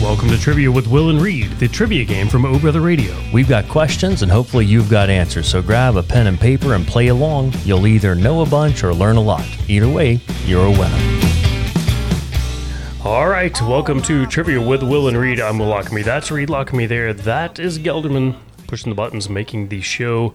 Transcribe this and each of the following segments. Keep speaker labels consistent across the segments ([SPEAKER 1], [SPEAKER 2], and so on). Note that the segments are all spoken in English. [SPEAKER 1] Welcome to Trivia with Will and Reed, the trivia game from O Brother Radio.
[SPEAKER 2] We've got questions and hopefully you've got answers. So grab a pen and paper and play along. You'll either know a bunch or learn a lot. Either way, you're a winner.
[SPEAKER 1] All right, welcome to Trivia with Will and Reed. I'm Will Lockamy. That's Reed Lockamy there. That is Gelderman pushing the buttons, making the show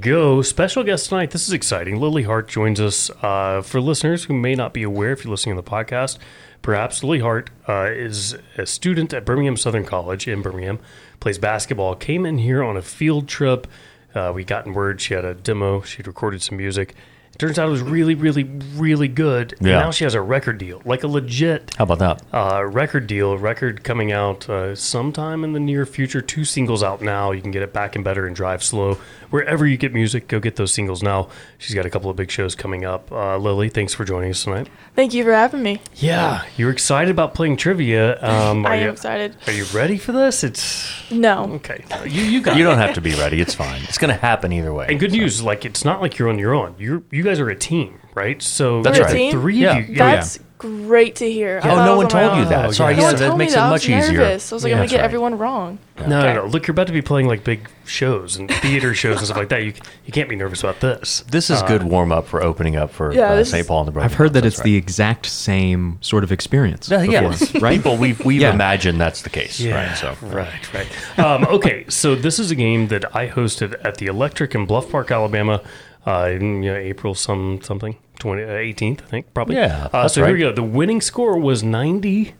[SPEAKER 1] go. Special guest tonight. This is exciting. Lily Hart joins us. Uh, for listeners who may not be aware, if you're listening to the podcast, perhaps Lily Hart uh, is a student at Birmingham Southern College in Birmingham, plays basketball, came in here on a field trip. Uh, we got in word she had a demo, she'd recorded some music. It turns out it was really, really, really good. And
[SPEAKER 2] Yeah.
[SPEAKER 1] now she has a record deal, like a legit
[SPEAKER 2] How about that?
[SPEAKER 1] uh, record deal, record coming out uh, sometime in the near future. Two singles out now. You can get it back and better and drive slow. Wherever you get music, go get those singles now. She's got a couple of big shows coming up. Uh, Lily, thanks for joining us tonight.
[SPEAKER 3] Thank you for having me.
[SPEAKER 1] Yeah, you're excited about playing trivia. Um, are
[SPEAKER 3] I
[SPEAKER 1] you,
[SPEAKER 3] am excited.
[SPEAKER 1] Are you ready for this? It's
[SPEAKER 2] Oh,
[SPEAKER 3] No.
[SPEAKER 1] okay. You you got.
[SPEAKER 2] You
[SPEAKER 1] it.
[SPEAKER 2] don't have to be ready. It's fine. It's going to happen either way.
[SPEAKER 1] And good news, like it's not like you're on your own. You you guys are a team, right? So
[SPEAKER 2] That's
[SPEAKER 1] the
[SPEAKER 2] right.
[SPEAKER 3] Team?
[SPEAKER 1] Three
[SPEAKER 2] Yeah.
[SPEAKER 1] of you.
[SPEAKER 2] That-
[SPEAKER 3] That's great to hear. I
[SPEAKER 2] Oh,
[SPEAKER 3] thought I
[SPEAKER 2] no one
[SPEAKER 3] was on my
[SPEAKER 2] told you
[SPEAKER 3] own.
[SPEAKER 2] that.
[SPEAKER 1] Oh,
[SPEAKER 2] Sorry,
[SPEAKER 1] yeah.
[SPEAKER 2] yeah,
[SPEAKER 3] No one
[SPEAKER 2] that
[SPEAKER 3] told
[SPEAKER 2] makes
[SPEAKER 3] me
[SPEAKER 2] it
[SPEAKER 3] that. I
[SPEAKER 2] much
[SPEAKER 3] was nervous.
[SPEAKER 2] easier.
[SPEAKER 3] I was like, I'm
[SPEAKER 2] Yeah,
[SPEAKER 3] going to get
[SPEAKER 2] that's right.
[SPEAKER 3] everyone wrong.
[SPEAKER 1] No, no, no. Look, you're about to be playing like big shows and theater shows and stuff like that. You you can't be nervous about this.
[SPEAKER 2] This is good warm up for opening up for
[SPEAKER 3] Yeah,
[SPEAKER 2] uh,
[SPEAKER 3] this
[SPEAKER 2] St.
[SPEAKER 3] is-
[SPEAKER 2] Paul and the Brother.
[SPEAKER 4] I've heard that it's the exact same sort of experience.
[SPEAKER 2] Yeah, yeah.
[SPEAKER 4] before, right?
[SPEAKER 2] People, we've, we've
[SPEAKER 4] Yeah.
[SPEAKER 2] imagined that's the case.
[SPEAKER 1] Yeah,
[SPEAKER 2] Right. So.
[SPEAKER 1] right, right. Um, okay, so this is a game that I hosted at the Electric in Bluff Park, Alabama, uh, in you know, April some something, 20, uh, 18th, I think, probably.
[SPEAKER 2] Yeah,
[SPEAKER 1] Uh,
[SPEAKER 2] that's
[SPEAKER 1] so here we
[SPEAKER 2] right.
[SPEAKER 1] go. The winning score was 90.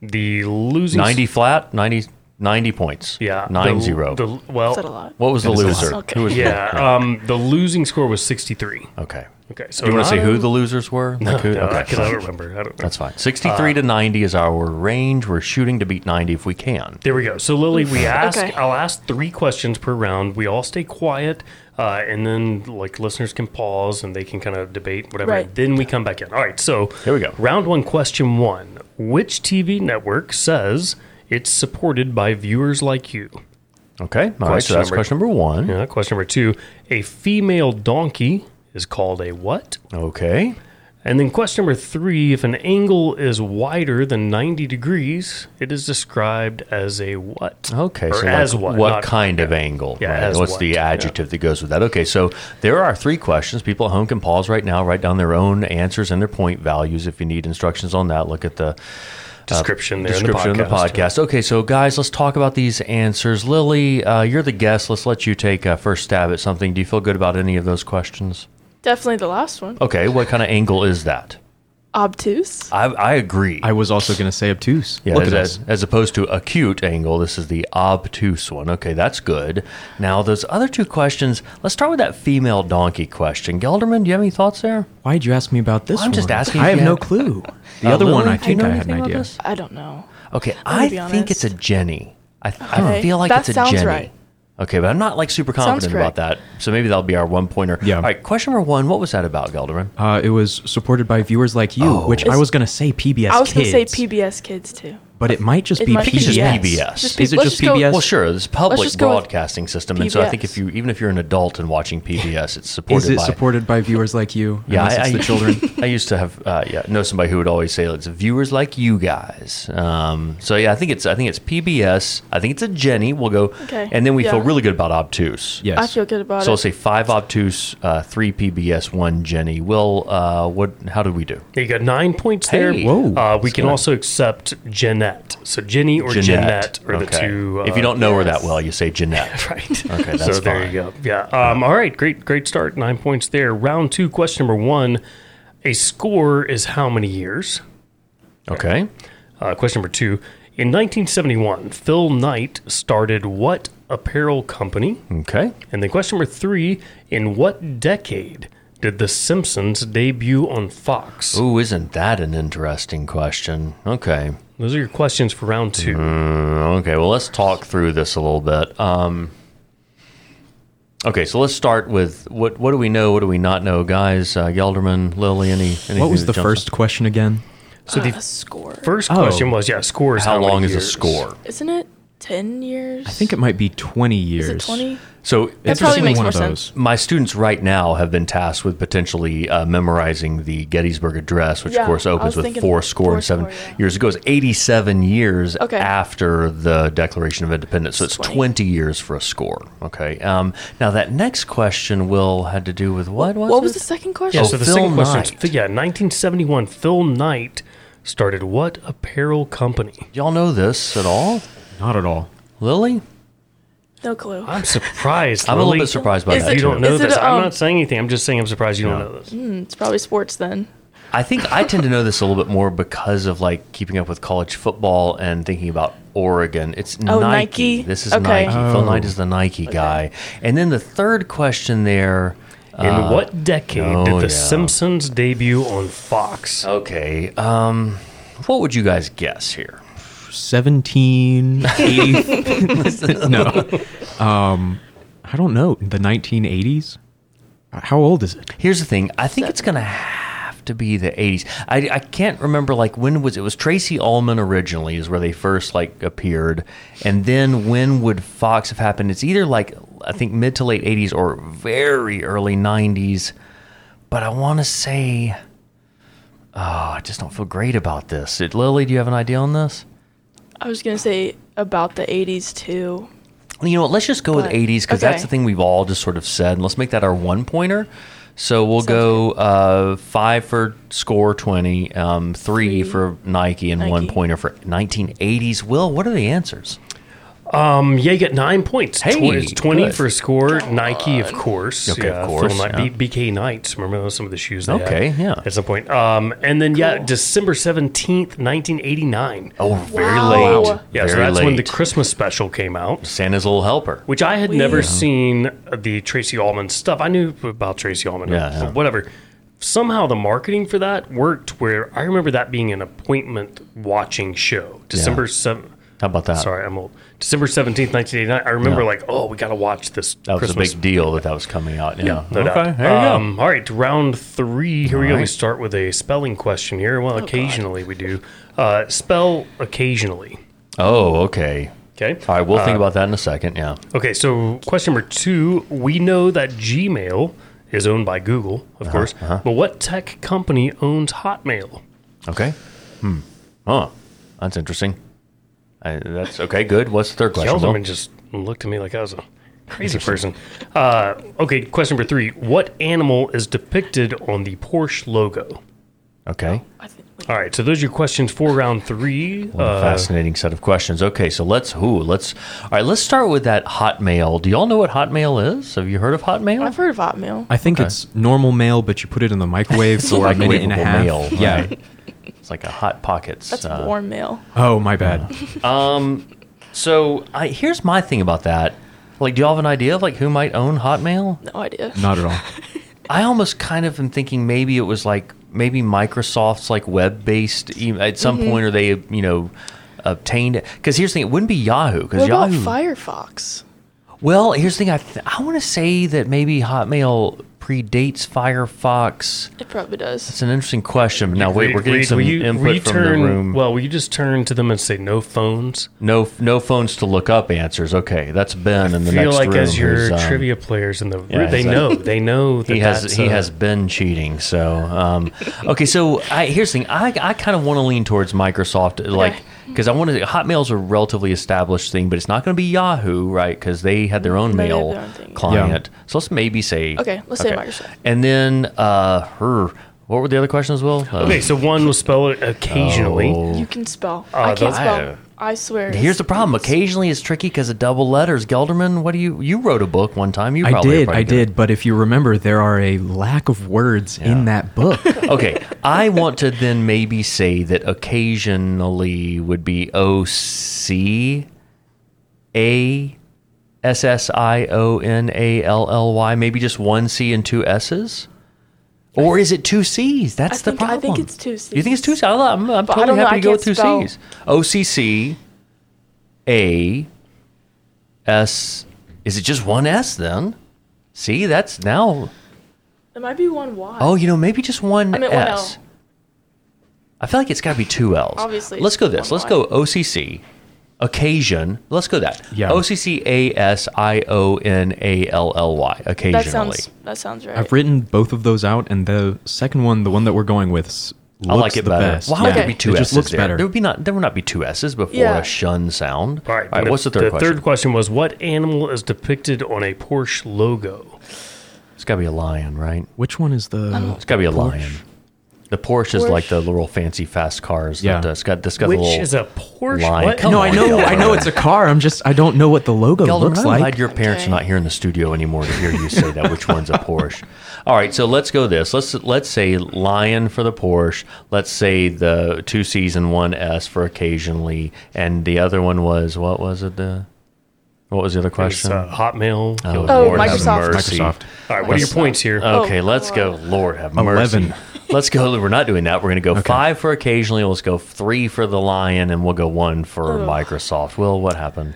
[SPEAKER 1] The losing
[SPEAKER 2] 90 flat, 90, 90 points.
[SPEAKER 1] yeah,
[SPEAKER 2] nine
[SPEAKER 1] the-
[SPEAKER 2] zero.
[SPEAKER 1] The, well,
[SPEAKER 3] Is that a lot?
[SPEAKER 2] what was the
[SPEAKER 4] That is a
[SPEAKER 2] loser?
[SPEAKER 3] lot. Uh,
[SPEAKER 2] Who was the-
[SPEAKER 1] yeah, um, the losing score was 63.
[SPEAKER 2] okay.
[SPEAKER 1] Okay, so
[SPEAKER 2] Do you want
[SPEAKER 1] not
[SPEAKER 2] to say who
[SPEAKER 1] a-
[SPEAKER 2] the losers were? Like who?
[SPEAKER 1] No, I
[SPEAKER 2] okay. Uh,
[SPEAKER 1] cannot remember. I don't know.
[SPEAKER 2] That's fine. 63 to 90 is our range. We're shooting to beat 90 if we can.
[SPEAKER 1] There we go. So Lily, we ask.
[SPEAKER 3] Okay.
[SPEAKER 1] I'll ask three questions per round. We all stay quiet, uh, and then like listeners can pause and they can kind of debate whatever.
[SPEAKER 3] Right.
[SPEAKER 1] Then we come back in. All right. So
[SPEAKER 2] Here we go.
[SPEAKER 1] Round one, question one. Which TV network says it's supported by viewers like you?
[SPEAKER 2] Okay. All right.
[SPEAKER 1] Question
[SPEAKER 2] So that's
[SPEAKER 1] number-
[SPEAKER 2] question number one.
[SPEAKER 1] Yeah, question number two. A female donkey is called a what?
[SPEAKER 2] Okay.
[SPEAKER 1] And then question number three. If an angle is wider than ninety degrees, it is described as a what?
[SPEAKER 2] Okay.
[SPEAKER 1] Or
[SPEAKER 2] so
[SPEAKER 1] as
[SPEAKER 2] like,
[SPEAKER 1] what?
[SPEAKER 2] what,
[SPEAKER 1] not-
[SPEAKER 2] kind of angle?
[SPEAKER 1] Yeah, as
[SPEAKER 2] What's
[SPEAKER 1] what,
[SPEAKER 2] the
[SPEAKER 1] yeah.
[SPEAKER 2] adjective that goes with that? Okay. So there are three questions. People at home can pause right now, write down their own answers and their point values. If you need instructions on that, look at the
[SPEAKER 1] description there
[SPEAKER 2] Uh, description
[SPEAKER 1] in
[SPEAKER 2] of
[SPEAKER 1] the
[SPEAKER 2] the
[SPEAKER 1] podcast.
[SPEAKER 2] podcast. Okay, so guys, let's talk about these answers. Lily, uh, you're the guest. Let's let you take a first stab at something. Do you feel good about any of those questions?
[SPEAKER 3] Definitely the last one.
[SPEAKER 2] Okay, what kind of angle is that? Oh.
[SPEAKER 3] Obtuse.
[SPEAKER 2] I, I agree.
[SPEAKER 4] I was also going to say obtuse.
[SPEAKER 2] yeah,
[SPEAKER 4] Look
[SPEAKER 2] as,
[SPEAKER 4] at us.
[SPEAKER 2] as, as opposed to acute angle, this is the obtuse one. Okay, that's good. Now, those other two questions, let's start with that female donkey question. Gelderman, do you have any thoughts there?
[SPEAKER 4] Why would you ask me about this?
[SPEAKER 2] I'm just
[SPEAKER 4] one?
[SPEAKER 2] asking if
[SPEAKER 4] I have
[SPEAKER 2] you
[SPEAKER 4] no
[SPEAKER 2] had-
[SPEAKER 4] clue. The
[SPEAKER 2] Uh,
[SPEAKER 4] other
[SPEAKER 2] Lily,
[SPEAKER 4] one, I
[SPEAKER 2] do you
[SPEAKER 4] think
[SPEAKER 2] know
[SPEAKER 4] I had an
[SPEAKER 2] anything about
[SPEAKER 4] idea.
[SPEAKER 2] this?
[SPEAKER 3] I don't know.
[SPEAKER 2] Okay,
[SPEAKER 3] gonna
[SPEAKER 2] I
[SPEAKER 3] be
[SPEAKER 2] think it's a
[SPEAKER 3] honest.
[SPEAKER 2] Jenny. I, I
[SPEAKER 3] Okay.
[SPEAKER 2] feel like
[SPEAKER 3] That
[SPEAKER 2] it's a
[SPEAKER 3] sounds
[SPEAKER 2] Jenny.
[SPEAKER 3] right.
[SPEAKER 2] Okay, but I'm not like super
[SPEAKER 3] Sounds
[SPEAKER 2] confident about that. So maybe that'll be our one pointer.
[SPEAKER 4] Yeah.
[SPEAKER 2] All right, question number one. What was that about, Gelderman?
[SPEAKER 4] Uh, it was supported by viewers like you,
[SPEAKER 2] Oh.
[SPEAKER 4] which I was going to say PBS.
[SPEAKER 3] I was going
[SPEAKER 4] Kids,
[SPEAKER 3] to say PBS Kids, too.
[SPEAKER 4] but it might just
[SPEAKER 3] It
[SPEAKER 4] be
[SPEAKER 3] might be
[SPEAKER 4] PBS.
[SPEAKER 2] just PBS.
[SPEAKER 3] Just
[SPEAKER 4] Is it
[SPEAKER 3] let's
[SPEAKER 4] just
[SPEAKER 3] just go-
[SPEAKER 4] PBS?
[SPEAKER 2] Well, sure. It's a public
[SPEAKER 3] just go with
[SPEAKER 2] broadcasting system, and so I think
[SPEAKER 3] PBS.
[SPEAKER 2] if you, even if you're an adult and watching PBS, it's supported.
[SPEAKER 4] Is it
[SPEAKER 2] by,
[SPEAKER 4] supported by viewers like you?
[SPEAKER 2] Yeah,
[SPEAKER 4] Unless
[SPEAKER 2] I,
[SPEAKER 4] it's
[SPEAKER 2] I-
[SPEAKER 4] the children.
[SPEAKER 2] I used to have, uh, yeah, know somebody who would always say it's viewers like you guys. Um, so yeah, I think it's, I think it's PBS. I think it's a Jenny. We'll go,
[SPEAKER 3] Okay.
[SPEAKER 2] and then we
[SPEAKER 3] Yeah.
[SPEAKER 2] feel really good about obtuse.
[SPEAKER 4] Yes.
[SPEAKER 3] I feel good about
[SPEAKER 2] So
[SPEAKER 3] it.
[SPEAKER 2] I'll say five obtuse, uh, three PBS, one Jenny. Will, uh, what? How did we do?
[SPEAKER 1] Yeah, you got nine points there.
[SPEAKER 2] Hey.
[SPEAKER 1] Uh,
[SPEAKER 4] Whoa.
[SPEAKER 1] we
[SPEAKER 2] That's
[SPEAKER 1] can
[SPEAKER 2] good.
[SPEAKER 1] also accept Jeanette. So Jenny or Jeanette, are the two. Uh,
[SPEAKER 2] if you don't know her that
[SPEAKER 3] yes.
[SPEAKER 2] well, you say Jeanette.
[SPEAKER 1] right.
[SPEAKER 2] Okay, that's
[SPEAKER 1] so there
[SPEAKER 2] fine.
[SPEAKER 1] you go. Yeah. Um, all right. Great. Great start. Nine points there. Round two. Question number one. A score is how many years?
[SPEAKER 2] Okay.
[SPEAKER 1] Uh, question number two. In 1971, Phil Knight started what apparel company?
[SPEAKER 2] Okay.
[SPEAKER 1] And then question number three. In what decade did The Simpsons debut on Fox?
[SPEAKER 2] Ooh, isn't that an interesting question? Okay. Mm,
[SPEAKER 1] Those are your questions for round two.
[SPEAKER 2] Okay. Well, let's talk through this a little bit. Um, okay. So let's start with what what do we know? What do we not know, guys? Uh, Gelderman, Lily, any? Anything
[SPEAKER 4] What was
[SPEAKER 2] that
[SPEAKER 4] the
[SPEAKER 2] jumps
[SPEAKER 4] first question again?
[SPEAKER 1] So the
[SPEAKER 3] a Uh, score.
[SPEAKER 1] First
[SPEAKER 4] Oh.
[SPEAKER 1] question was, yeah, scores.
[SPEAKER 2] Out? How, long
[SPEAKER 1] many
[SPEAKER 2] is a
[SPEAKER 1] years?
[SPEAKER 2] score?
[SPEAKER 3] Isn't it ten years.
[SPEAKER 4] I think it might be 20 years.
[SPEAKER 3] is it twenty.
[SPEAKER 2] So
[SPEAKER 3] That
[SPEAKER 4] It's
[SPEAKER 3] probably
[SPEAKER 4] definitely
[SPEAKER 3] makes
[SPEAKER 4] one of
[SPEAKER 3] more
[SPEAKER 4] those.
[SPEAKER 3] sense.
[SPEAKER 2] my students right now have been tasked with potentially uh, memorizing the Gettysburg Address, which
[SPEAKER 3] Yeah,
[SPEAKER 2] of course
[SPEAKER 3] I
[SPEAKER 2] opens
[SPEAKER 3] was
[SPEAKER 2] with
[SPEAKER 3] thinking
[SPEAKER 2] four score and seven
[SPEAKER 3] fourscore, yeah.
[SPEAKER 2] years. It goes 87 years
[SPEAKER 3] Okay.
[SPEAKER 2] after the Declaration of Independence, so it's 20.
[SPEAKER 3] Twenty.
[SPEAKER 2] years for a score. Okay. Um, now that next question will had to do with what was
[SPEAKER 3] What
[SPEAKER 2] it?
[SPEAKER 3] was the second question?
[SPEAKER 1] Yeah,
[SPEAKER 2] Oh,
[SPEAKER 1] so the
[SPEAKER 2] Phil
[SPEAKER 1] second question. is-
[SPEAKER 2] Knight.
[SPEAKER 1] yeah, 1971. Phil Knight started what apparel company?
[SPEAKER 2] Y'all know this at all,
[SPEAKER 4] Not at all.
[SPEAKER 2] Lily?
[SPEAKER 3] No clue.
[SPEAKER 1] I'm surprised.
[SPEAKER 2] I'm a
[SPEAKER 1] Lily,
[SPEAKER 2] little bit surprised by
[SPEAKER 3] Is
[SPEAKER 2] that.
[SPEAKER 3] it-
[SPEAKER 1] You
[SPEAKER 2] too.
[SPEAKER 1] don't know
[SPEAKER 3] Is it
[SPEAKER 1] this.
[SPEAKER 3] a,
[SPEAKER 1] I'm
[SPEAKER 3] um,
[SPEAKER 1] not saying anything. I'm just saying I'm surprised you
[SPEAKER 2] No.
[SPEAKER 1] don't know this.
[SPEAKER 3] It's probably sports then.
[SPEAKER 2] I think I tend to know this a little bit more because of like keeping up with college football and thinking about Oregon. It's
[SPEAKER 3] Oh,
[SPEAKER 2] Nike.
[SPEAKER 3] Nike?
[SPEAKER 2] This is
[SPEAKER 3] Okay.
[SPEAKER 2] Nike. Phil
[SPEAKER 4] Oh.
[SPEAKER 2] Knight is the Nike guy. And then the third question there.
[SPEAKER 1] In what decade
[SPEAKER 2] Uh, oh,
[SPEAKER 1] did The
[SPEAKER 2] yeah.
[SPEAKER 1] Simpsons debut on Fox?
[SPEAKER 2] Okay. Um, what would you guys guess here?
[SPEAKER 4] 1780. no. Um, I don't know. The 1980s? How old is it?
[SPEAKER 2] Here's the thing. I think it's going to have to be the 80s. I, I can't remember like when was it was Tracy Ullman originally is where they first like appeared, and then when would Fox have happened? It's either like I think mid to late 80s or very early 90s. But I want to say, oh, I just don't feel great about this. Did- Lily, do you have an idea on this?
[SPEAKER 3] I was gonna say about the eighties too.
[SPEAKER 2] Well, You know what? Let's just go with
[SPEAKER 3] But-
[SPEAKER 2] 80s because that's
[SPEAKER 3] okay.
[SPEAKER 2] the thing we've all just sort of said. And let's make that our one pointer. So we'll go uh, five for score 20, um, three,
[SPEAKER 3] Three.
[SPEAKER 2] for Nike, and one
[SPEAKER 3] Nike.
[SPEAKER 2] pointer for 1980s. Will, what are the answers?
[SPEAKER 1] Um, yeah, you get nine points.
[SPEAKER 2] Hey,
[SPEAKER 1] Tw- it's 20
[SPEAKER 2] good.
[SPEAKER 1] for score. Nike, of course.
[SPEAKER 2] Okay, of
[SPEAKER 1] yeah,
[SPEAKER 2] course,
[SPEAKER 1] Phil Knight,
[SPEAKER 2] yeah.
[SPEAKER 1] B- BK Knights. Remember those, some of the shoes they had
[SPEAKER 2] Okay, yeah.
[SPEAKER 1] At some point. Um, and then, yeah,
[SPEAKER 3] Cool.
[SPEAKER 1] December 17th, 1989.
[SPEAKER 2] Oh, very
[SPEAKER 3] Wow.
[SPEAKER 2] late.
[SPEAKER 1] Yeah, so
[SPEAKER 2] Very
[SPEAKER 1] that's when the
[SPEAKER 2] late.
[SPEAKER 1] Christmas special came out.
[SPEAKER 2] Santa's little helper.
[SPEAKER 1] which I had never
[SPEAKER 3] Weird.
[SPEAKER 1] seen the Tracy Allman stuff. I knew about Tracy Allman, or
[SPEAKER 2] Yeah, yeah.
[SPEAKER 1] whatever. Somehow the marketing for that worked. Where I remember that being an appointment watching show, December seven.
[SPEAKER 2] How about that?
[SPEAKER 1] Sorry, I'm old. December seventeenth, nineteen eighty nine. I remember
[SPEAKER 2] Uh, Yeah.
[SPEAKER 1] like, oh, we got to watch this.
[SPEAKER 2] That was
[SPEAKER 1] Christmas.
[SPEAKER 2] a big deal that that was coming out. Yeah.
[SPEAKER 1] No
[SPEAKER 2] okay.
[SPEAKER 1] doubt.
[SPEAKER 2] There you go.
[SPEAKER 1] um, All right, round three. Here we go. We
[SPEAKER 2] right.
[SPEAKER 1] start with a spelling question here.
[SPEAKER 2] Oh,
[SPEAKER 1] Well, occasionally we do. Uh, spell occasionally.
[SPEAKER 2] Oh, okay.
[SPEAKER 1] Okay.
[SPEAKER 2] All right. We'll
[SPEAKER 1] uh,
[SPEAKER 2] think about that in a second. Yeah.
[SPEAKER 1] Okay, so question number two. We know that Gmail is owned by Google, of
[SPEAKER 2] Uh-huh,
[SPEAKER 1] course, but what tech company owns Hotmail?
[SPEAKER 2] Okay. Hmm. Oh, that's interesting. I, that's okay. Good. What's the third question? Will?
[SPEAKER 1] Gelderman just looked at me like I was a crazy person. Uh, okay, question number three. What animal is depicted on the Porsche logo?
[SPEAKER 2] Okay.
[SPEAKER 3] I think.
[SPEAKER 1] All right, so those are your questions for round three.
[SPEAKER 2] What a
[SPEAKER 1] Uh,
[SPEAKER 2] fascinating set of questions. Okay, so let's who let's all right. Let's start with that Hotmail. Do y'all know what Hotmail is? Have you heard of Hotmail?
[SPEAKER 3] I've heard of Hotmail.
[SPEAKER 4] I think it's normal mail, but you put it in the microwave for a minute and a
[SPEAKER 2] microwavable
[SPEAKER 4] half.
[SPEAKER 2] mail,
[SPEAKER 4] Yeah.
[SPEAKER 2] right. It's like a hot pockets.
[SPEAKER 3] That's
[SPEAKER 2] uh, Um,
[SPEAKER 3] warm mail.
[SPEAKER 4] Oh, my bad.
[SPEAKER 2] so I, here's my thing about that. Like, do y'all have an idea of like who might own Hotmail?
[SPEAKER 3] No idea.
[SPEAKER 4] Not at all.
[SPEAKER 2] I almost kind of am thinking maybe it was like maybe Microsoft's like web based e- at some
[SPEAKER 3] Mm-hmm.
[SPEAKER 2] point, or they you know obtained it. Because here's the thing, it wouldn't be Yahoo because
[SPEAKER 3] What about
[SPEAKER 2] Yahoo.
[SPEAKER 3] Firefox?
[SPEAKER 2] Well, here's the thing. I th- I want to say that maybe Hotmail predates Firefox.
[SPEAKER 3] It probably does.
[SPEAKER 2] It's an interesting question. But now wait,
[SPEAKER 1] Reed-
[SPEAKER 2] we're getting
[SPEAKER 1] Reed,
[SPEAKER 2] some
[SPEAKER 1] will you- will you
[SPEAKER 2] input from the
[SPEAKER 1] turn-
[SPEAKER 2] room.
[SPEAKER 1] Well, will you just turn to them and say no phones?
[SPEAKER 2] no, no phones to look up answers. Okay, that's Ben in the
[SPEAKER 1] feel
[SPEAKER 2] next
[SPEAKER 1] like
[SPEAKER 2] room.
[SPEAKER 1] as your
[SPEAKER 2] who's, um,
[SPEAKER 1] trivia players in the room,
[SPEAKER 2] yeah,
[SPEAKER 1] they
[SPEAKER 2] he's like-
[SPEAKER 1] know they know that
[SPEAKER 2] He has
[SPEAKER 1] that's uh,
[SPEAKER 2] he
[SPEAKER 1] a-
[SPEAKER 2] has been cheating. So um, okay, so I, here's the thing. I, I kind of want to lean towards Microsoft, like because I want to. Hotmail's a relatively established thing, but it's not going to be Yahoo, right? Because they had their own
[SPEAKER 3] They have
[SPEAKER 2] mail
[SPEAKER 3] their own thing, yeah.
[SPEAKER 2] client. So let's maybe say
[SPEAKER 3] Okay, let's say Microsoft.
[SPEAKER 2] And then uh, her. What were the other questions, Will? Uh,
[SPEAKER 1] Okay, so one will spell it occasionally.
[SPEAKER 2] oh.
[SPEAKER 3] You can spell. I can't
[SPEAKER 1] those-
[SPEAKER 3] spell. I swear.
[SPEAKER 2] Here's
[SPEAKER 3] it's-
[SPEAKER 2] the problem. Occasionally, it's tricky because of double letters. Gelderman, what do you? You wrote a book one time. You
[SPEAKER 4] I
[SPEAKER 2] probably
[SPEAKER 4] did.
[SPEAKER 2] probably
[SPEAKER 4] I
[SPEAKER 2] good at
[SPEAKER 4] did. But if you remember, there are a lack of words in that book.
[SPEAKER 2] okay, I want to then maybe say that occasionally would be O C A S S I O N A L L Y, maybe just one C and two S's. Or is it two C's? That's the
[SPEAKER 3] I think- I
[SPEAKER 2] problem.
[SPEAKER 3] think it's two
[SPEAKER 2] You think it's two
[SPEAKER 3] Cs.
[SPEAKER 2] C's? I'm, I'm I'm
[SPEAKER 3] But I
[SPEAKER 2] totally
[SPEAKER 3] don't know,
[SPEAKER 2] happy
[SPEAKER 3] I
[SPEAKER 2] to go with
[SPEAKER 3] can't
[SPEAKER 2] two
[SPEAKER 3] spell-
[SPEAKER 2] C's. O C C A S. Is it just one S then? See, that's now.
[SPEAKER 3] It might be one Y.
[SPEAKER 2] Oh, you know, maybe just one
[SPEAKER 3] I meant one
[SPEAKER 2] S. I feel like it's got to be two L's.
[SPEAKER 3] Obviously,
[SPEAKER 2] Let's go
[SPEAKER 3] it's
[SPEAKER 2] this.
[SPEAKER 3] one
[SPEAKER 2] Let's
[SPEAKER 3] Y.
[SPEAKER 2] go OCC, occasion. Let's go that.
[SPEAKER 4] Yeah.
[SPEAKER 2] O C C A S I O N A L L Y. Occasionally.
[SPEAKER 3] That sounds that sounds right.
[SPEAKER 4] I've written both of those out, and the second one, the one that we're going with, s- looks
[SPEAKER 2] I like it
[SPEAKER 4] the
[SPEAKER 2] better.
[SPEAKER 4] best.
[SPEAKER 2] Why would
[SPEAKER 3] Okay.
[SPEAKER 2] there be two
[SPEAKER 4] It
[SPEAKER 2] S's
[SPEAKER 4] just looks
[SPEAKER 2] there?
[SPEAKER 4] better.
[SPEAKER 2] There would be not. There would not be two S's before
[SPEAKER 3] Yeah.
[SPEAKER 2] a shun sound.
[SPEAKER 1] All right.
[SPEAKER 2] what's the third question?
[SPEAKER 1] The third question was what animal is depicted on a Porsche logo?
[SPEAKER 2] It's got to be a lion, right?
[SPEAKER 4] Which one is the?
[SPEAKER 2] It's got to be a lion. The Porsche, is like
[SPEAKER 3] Porsche.
[SPEAKER 2] the little fancy fast cars.
[SPEAKER 4] Yeah.
[SPEAKER 2] That, uh, it's got. That's got
[SPEAKER 1] Which
[SPEAKER 2] the little.
[SPEAKER 1] is a Porsche?
[SPEAKER 2] lion.
[SPEAKER 1] What?
[SPEAKER 2] Come
[SPEAKER 4] No,
[SPEAKER 2] on,
[SPEAKER 4] I know, I know
[SPEAKER 2] Gelderman.
[SPEAKER 4] it's a car. I'm just, I don't know what the logo
[SPEAKER 2] Gelderman,
[SPEAKER 4] looks
[SPEAKER 2] I'm
[SPEAKER 4] like.
[SPEAKER 2] glad your parents
[SPEAKER 3] Okay.
[SPEAKER 2] are not here in the studio anymore to hear you say that. Which one's a Porsche? All right, so let's go this. Let's let's say lion for the Porsche. Let's say the two C's and one S for occasionally, and the other one was what was it? The what was the other
[SPEAKER 1] It's,
[SPEAKER 2] question?
[SPEAKER 1] uh, Hotmail.
[SPEAKER 2] Oh,
[SPEAKER 3] Oh,
[SPEAKER 2] Lord have
[SPEAKER 3] Microsoft.
[SPEAKER 2] mercy.
[SPEAKER 4] Microsoft.
[SPEAKER 1] All right. What are your points here?
[SPEAKER 2] Okay,
[SPEAKER 3] Oh,
[SPEAKER 2] let's go.
[SPEAKER 3] Lord.
[SPEAKER 2] Lord have mercy.
[SPEAKER 4] 11.
[SPEAKER 2] Let's go. We're not doing that. We're going to go five for occasionally. Let's go three for the lion, and we'll go one for Microsoft. Will, what happened?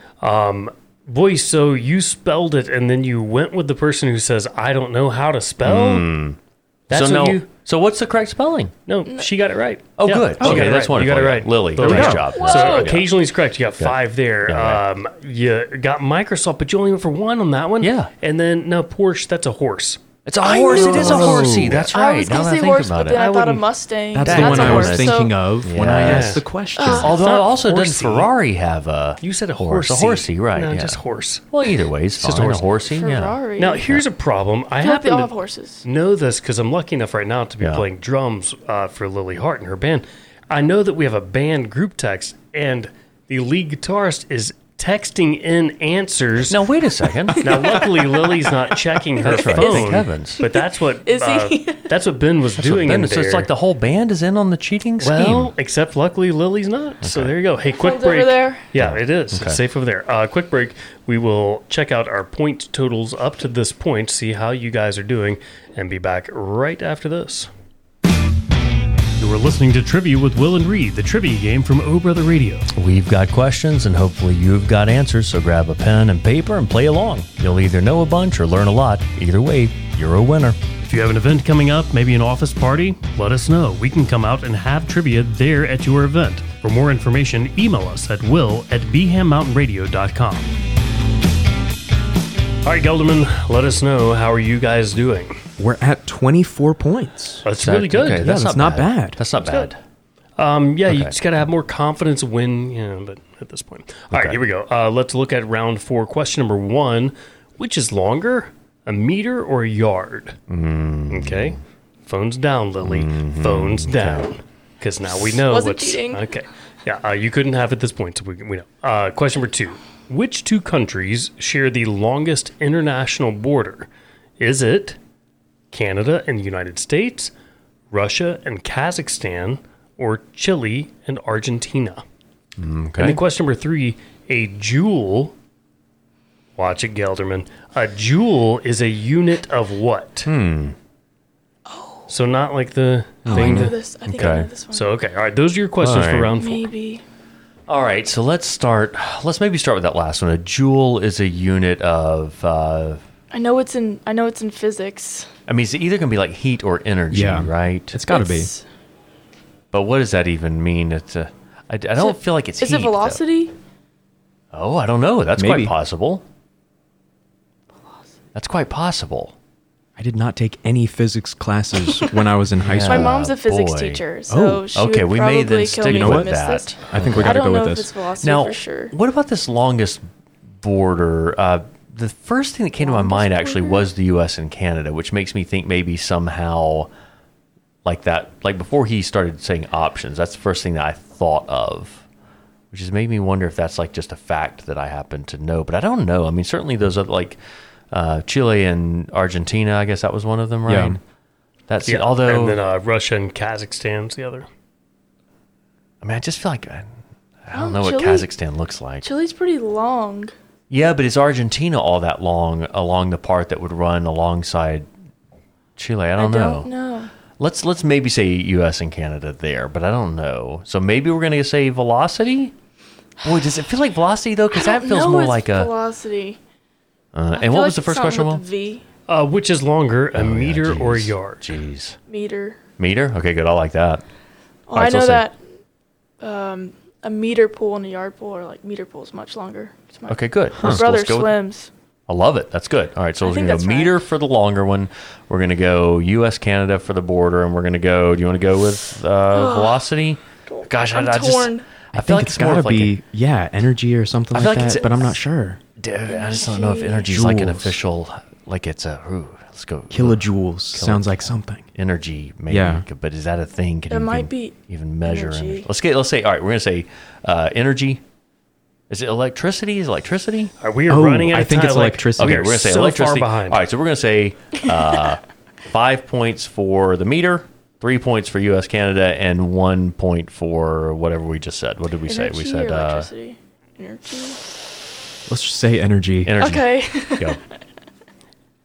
[SPEAKER 1] Boy, so you spelled it and then you went with the person who says, I don't know how to spell? That's
[SPEAKER 2] Hmm.
[SPEAKER 1] what
[SPEAKER 2] so no.
[SPEAKER 1] you.
[SPEAKER 2] so what's the correct spelling?
[SPEAKER 1] No, she got it right.
[SPEAKER 2] Oh,
[SPEAKER 1] Yeah,
[SPEAKER 2] good.
[SPEAKER 1] she got
[SPEAKER 2] Okay,
[SPEAKER 1] it right.
[SPEAKER 2] that's
[SPEAKER 1] You
[SPEAKER 2] wonderful.
[SPEAKER 1] got it right.
[SPEAKER 2] Lily,
[SPEAKER 1] There we
[SPEAKER 2] nice
[SPEAKER 1] go.
[SPEAKER 2] job.
[SPEAKER 3] Whoa.
[SPEAKER 1] So
[SPEAKER 2] Yeah.
[SPEAKER 1] occasionally is correct. You got five there.
[SPEAKER 2] Yeah, right.
[SPEAKER 1] um, you got Microsoft, but you only went for one on that one.
[SPEAKER 2] Yeah.
[SPEAKER 1] And then no Porsche. That's a horse.
[SPEAKER 2] It's a horse. It is a
[SPEAKER 4] know.
[SPEAKER 2] horsey. That's right.
[SPEAKER 3] I was
[SPEAKER 2] now
[SPEAKER 3] gonna
[SPEAKER 2] that
[SPEAKER 3] say
[SPEAKER 2] I think
[SPEAKER 3] horse,
[SPEAKER 2] about
[SPEAKER 3] but
[SPEAKER 2] it.
[SPEAKER 3] then I,
[SPEAKER 1] I
[SPEAKER 3] thought a
[SPEAKER 1] wouldn't-
[SPEAKER 3] Mustang.
[SPEAKER 4] That's
[SPEAKER 2] Dang.
[SPEAKER 4] the one
[SPEAKER 2] That's
[SPEAKER 4] I
[SPEAKER 2] a
[SPEAKER 4] was
[SPEAKER 2] horse.
[SPEAKER 4] thinking of when I
[SPEAKER 2] Yeah.
[SPEAKER 4] asked the question.
[SPEAKER 2] Although
[SPEAKER 1] not
[SPEAKER 2] also, doesn't
[SPEAKER 1] horsey.
[SPEAKER 2] Ferrari have a?
[SPEAKER 1] You said a
[SPEAKER 2] horse.
[SPEAKER 1] horsey.
[SPEAKER 2] A horsey, right?
[SPEAKER 1] No,
[SPEAKER 2] yeah.
[SPEAKER 1] just horse.
[SPEAKER 2] Well, either way, it's
[SPEAKER 1] just
[SPEAKER 2] fine.
[SPEAKER 1] horse.
[SPEAKER 2] A horsey. Yeah.
[SPEAKER 3] Ferrari.
[SPEAKER 1] Now, here's a problem. I
[SPEAKER 3] I hope they
[SPEAKER 1] happen
[SPEAKER 3] all
[SPEAKER 1] to
[SPEAKER 3] have horses.
[SPEAKER 1] know this because I'm lucky enough right now to be
[SPEAKER 2] Yeah.
[SPEAKER 1] playing drums uh, for Lily Hart and her band. I know that we have a band group text, and the lead guitarist is texting in answers.
[SPEAKER 2] Now wait a second.
[SPEAKER 1] Now, luckily, Lily's not checking her
[SPEAKER 2] That's right.
[SPEAKER 1] phone.
[SPEAKER 2] Thank heavens.
[SPEAKER 1] But that's what
[SPEAKER 3] Is
[SPEAKER 1] uh,
[SPEAKER 3] he?
[SPEAKER 1] that's what Ben was doing.
[SPEAKER 2] Ben,
[SPEAKER 1] in
[SPEAKER 2] so it's
[SPEAKER 1] there.
[SPEAKER 2] like the whole band is in on the cheating scheme.
[SPEAKER 1] well, except luckily Lily's not. So there you go. Hey, quick
[SPEAKER 3] Phone's over
[SPEAKER 1] break.
[SPEAKER 3] there.
[SPEAKER 1] Yeah, it is. It's safe over there. Uh, quick break. We will check out our point totals up to this point, see how you guys are doing, and be back right after this. You are listening to Trivia with Will and Reed, the trivia game from O Brother Radio.
[SPEAKER 2] We've got questions and hopefully you've got answers, so grab a pen and paper and play along. You'll either know a bunch or learn a lot. Either way, you're a winner.
[SPEAKER 1] If you have an event coming up, maybe an office party, let us know. We can come out and have trivia there at your event. For more information, email us at will at bhammountainradio.com. All right, Gelderman, let us know how are you guys doing.
[SPEAKER 4] We're at 24 points.
[SPEAKER 1] That's
[SPEAKER 2] That-
[SPEAKER 1] really good.
[SPEAKER 2] okay,
[SPEAKER 4] Yeah, that's not bad.
[SPEAKER 2] That's not
[SPEAKER 1] good.
[SPEAKER 2] bad.
[SPEAKER 1] Um, yeah, you
[SPEAKER 2] Okay.
[SPEAKER 1] just got to have more confidence when, you know, but at this point. all right,
[SPEAKER 2] Okay.
[SPEAKER 1] here we go. Uh, let's look at round four. Question number one Which is longer, a meter or a yard?
[SPEAKER 2] Mm.
[SPEAKER 1] Okay. Phones down, Lily.
[SPEAKER 2] Mm-hmm.
[SPEAKER 1] Phones down. Because now we know
[SPEAKER 3] Wasn't
[SPEAKER 1] what's.
[SPEAKER 3] cheating.
[SPEAKER 1] Okay. Yeah, uh, you couldn't have at this point, so we, we know. Uh, question number two Which two countries share the longest international border? Is it Canada and the United States? Russia and Kazakhstan, or Chile and Argentina. And
[SPEAKER 2] Okay.
[SPEAKER 1] then question number three: A joule. Watch it, Gelderman. A joule is a unit of what? Hmm. Oh. So not like the
[SPEAKER 3] I
[SPEAKER 1] thing.
[SPEAKER 3] know
[SPEAKER 1] that-
[SPEAKER 3] this. I think I
[SPEAKER 2] Okay.
[SPEAKER 3] know this one.
[SPEAKER 1] so okay, all right. Those are your questions
[SPEAKER 2] All right.
[SPEAKER 1] for round four.
[SPEAKER 3] Maybe.
[SPEAKER 2] All right, so let's start. Let's maybe start with that last one. A joule is a unit of. Uh,
[SPEAKER 3] I know it's in. I know it's in physics.
[SPEAKER 2] I mean, it's either going to be like heat or energy,
[SPEAKER 4] Yeah.
[SPEAKER 2] right?
[SPEAKER 4] It's got to be.
[SPEAKER 3] It's-
[SPEAKER 2] but what does that even mean? It's a. I, I don't
[SPEAKER 3] it-
[SPEAKER 2] feel like it's.
[SPEAKER 3] Is
[SPEAKER 2] heat,
[SPEAKER 3] it
[SPEAKER 2] though.
[SPEAKER 3] velocity?
[SPEAKER 2] Oh, I don't know. That's
[SPEAKER 4] Maybe.
[SPEAKER 2] quite possible. That's quite possible.
[SPEAKER 4] I did not take any physics classes when I was in high
[SPEAKER 2] Yeah.
[SPEAKER 4] school.
[SPEAKER 3] My mom's a physics
[SPEAKER 2] Uh, boy.
[SPEAKER 3] teacher, so
[SPEAKER 4] Oh,
[SPEAKER 3] she
[SPEAKER 2] okay,
[SPEAKER 3] would
[SPEAKER 2] we
[SPEAKER 3] probably
[SPEAKER 2] may then
[SPEAKER 3] kill
[SPEAKER 2] stick
[SPEAKER 3] me
[SPEAKER 4] You know
[SPEAKER 3] if I
[SPEAKER 4] what?
[SPEAKER 3] missed
[SPEAKER 2] that.
[SPEAKER 3] This.
[SPEAKER 4] I think we
[SPEAKER 3] I
[SPEAKER 4] got to
[SPEAKER 3] don't
[SPEAKER 4] go
[SPEAKER 3] know
[SPEAKER 4] with
[SPEAKER 3] if it's
[SPEAKER 4] this.
[SPEAKER 3] velocity
[SPEAKER 2] Now,
[SPEAKER 3] for sure.
[SPEAKER 2] what about this longest border? Uh, the first thing that came to my mind actually was the U.S. and Canada, which makes me think maybe somehow, like that, like before he started saying options, that's the first thing that I thought of, which has made me wonder if that's like just a fact that I happen to know, but I don't know. I mean, certainly those other like uh, Chile and Argentina, I guess that was one of them, right?
[SPEAKER 4] Yeah.
[SPEAKER 2] That's
[SPEAKER 1] Yeah.
[SPEAKER 2] although
[SPEAKER 1] and then uh, Russia and Kazakhstan's the other.
[SPEAKER 2] I mean, I just feel like I, I
[SPEAKER 3] Oh,
[SPEAKER 2] don't know what
[SPEAKER 3] Chile.
[SPEAKER 2] Kazakhstan looks like.
[SPEAKER 3] Chile's pretty long.
[SPEAKER 2] Yeah, but is Argentina all that long along the part that would run alongside Chile? I don't,
[SPEAKER 3] I don't
[SPEAKER 2] know.
[SPEAKER 3] know.
[SPEAKER 2] Let's let's maybe say U.S. and Canada there, but I don't know. So maybe we're gonna say velocity. Boy, does it feel like velocity though? Because
[SPEAKER 3] I
[SPEAKER 2] that
[SPEAKER 3] don't
[SPEAKER 2] feels
[SPEAKER 3] know
[SPEAKER 2] more
[SPEAKER 3] it's
[SPEAKER 2] like a.
[SPEAKER 3] velocity.
[SPEAKER 2] Uh,
[SPEAKER 3] I
[SPEAKER 2] and
[SPEAKER 3] feel
[SPEAKER 2] what
[SPEAKER 3] like
[SPEAKER 2] was the
[SPEAKER 3] it's
[SPEAKER 2] first
[SPEAKER 3] something
[SPEAKER 2] question? Will?
[SPEAKER 3] with the V
[SPEAKER 1] Uh, which is longer, a
[SPEAKER 2] Oh, yeah,
[SPEAKER 1] meter or a
[SPEAKER 2] jeez.
[SPEAKER 1] yard?
[SPEAKER 2] Jeez,
[SPEAKER 3] meter.
[SPEAKER 2] meter. Okay, good. I like that.
[SPEAKER 3] Oh,
[SPEAKER 2] All right,
[SPEAKER 3] I
[SPEAKER 2] so
[SPEAKER 3] know
[SPEAKER 2] say-
[SPEAKER 3] that. Um, a meter pool and a yard pool are like meter pools much longer. It's my-
[SPEAKER 2] Okay, good.
[SPEAKER 3] My
[SPEAKER 2] Let's-
[SPEAKER 3] brother
[SPEAKER 2] let's go with-
[SPEAKER 3] swims.
[SPEAKER 2] I love it. That's good. All right, so
[SPEAKER 3] I
[SPEAKER 2] we're
[SPEAKER 3] think
[SPEAKER 2] going to
[SPEAKER 3] that's
[SPEAKER 2] go meter
[SPEAKER 3] right.
[SPEAKER 2] for the longer one. We're going to go U.S. Canada for the border, and we're going to go. Do you want to go with uh, velocity? Gosh, I,
[SPEAKER 3] I'm
[SPEAKER 2] I just
[SPEAKER 3] torn.
[SPEAKER 2] I feel like
[SPEAKER 4] it's
[SPEAKER 2] it's more
[SPEAKER 4] gotta
[SPEAKER 2] of like
[SPEAKER 4] be yeah, energy or something
[SPEAKER 2] I
[SPEAKER 4] like,
[SPEAKER 2] feel like
[SPEAKER 4] that,
[SPEAKER 2] it's-
[SPEAKER 4] but I'm not sure.
[SPEAKER 2] a, I just don't know if energy is like an
[SPEAKER 4] Joules.
[SPEAKER 2] official. Like it's a ooh, let's go
[SPEAKER 4] Kilojoules sounds like something.
[SPEAKER 2] energy maybe
[SPEAKER 4] Yeah.
[SPEAKER 2] but is that a thing can
[SPEAKER 3] It
[SPEAKER 2] you
[SPEAKER 3] might
[SPEAKER 2] even-
[SPEAKER 3] be
[SPEAKER 2] even measure
[SPEAKER 3] energy.
[SPEAKER 2] energy? let's get let's say all right we're gonna say uh, energy is it electricity is it electricity
[SPEAKER 1] All right, we are
[SPEAKER 4] Oh,
[SPEAKER 1] running out
[SPEAKER 4] I
[SPEAKER 1] of
[SPEAKER 4] think
[SPEAKER 1] time,
[SPEAKER 4] it's
[SPEAKER 1] like-
[SPEAKER 4] electricity.
[SPEAKER 2] okay
[SPEAKER 4] They're
[SPEAKER 2] we're gonna say
[SPEAKER 1] so far
[SPEAKER 2] electricity
[SPEAKER 1] behind.
[SPEAKER 2] all right so we're gonna say uh, five points for the meter three points for us canada and one point for whatever we just said what did we say
[SPEAKER 3] Energy
[SPEAKER 2] we
[SPEAKER 3] or
[SPEAKER 2] said uh,
[SPEAKER 3] electricity. Energy.
[SPEAKER 4] Let's just say energy.
[SPEAKER 2] energy
[SPEAKER 3] Okay.
[SPEAKER 2] Go.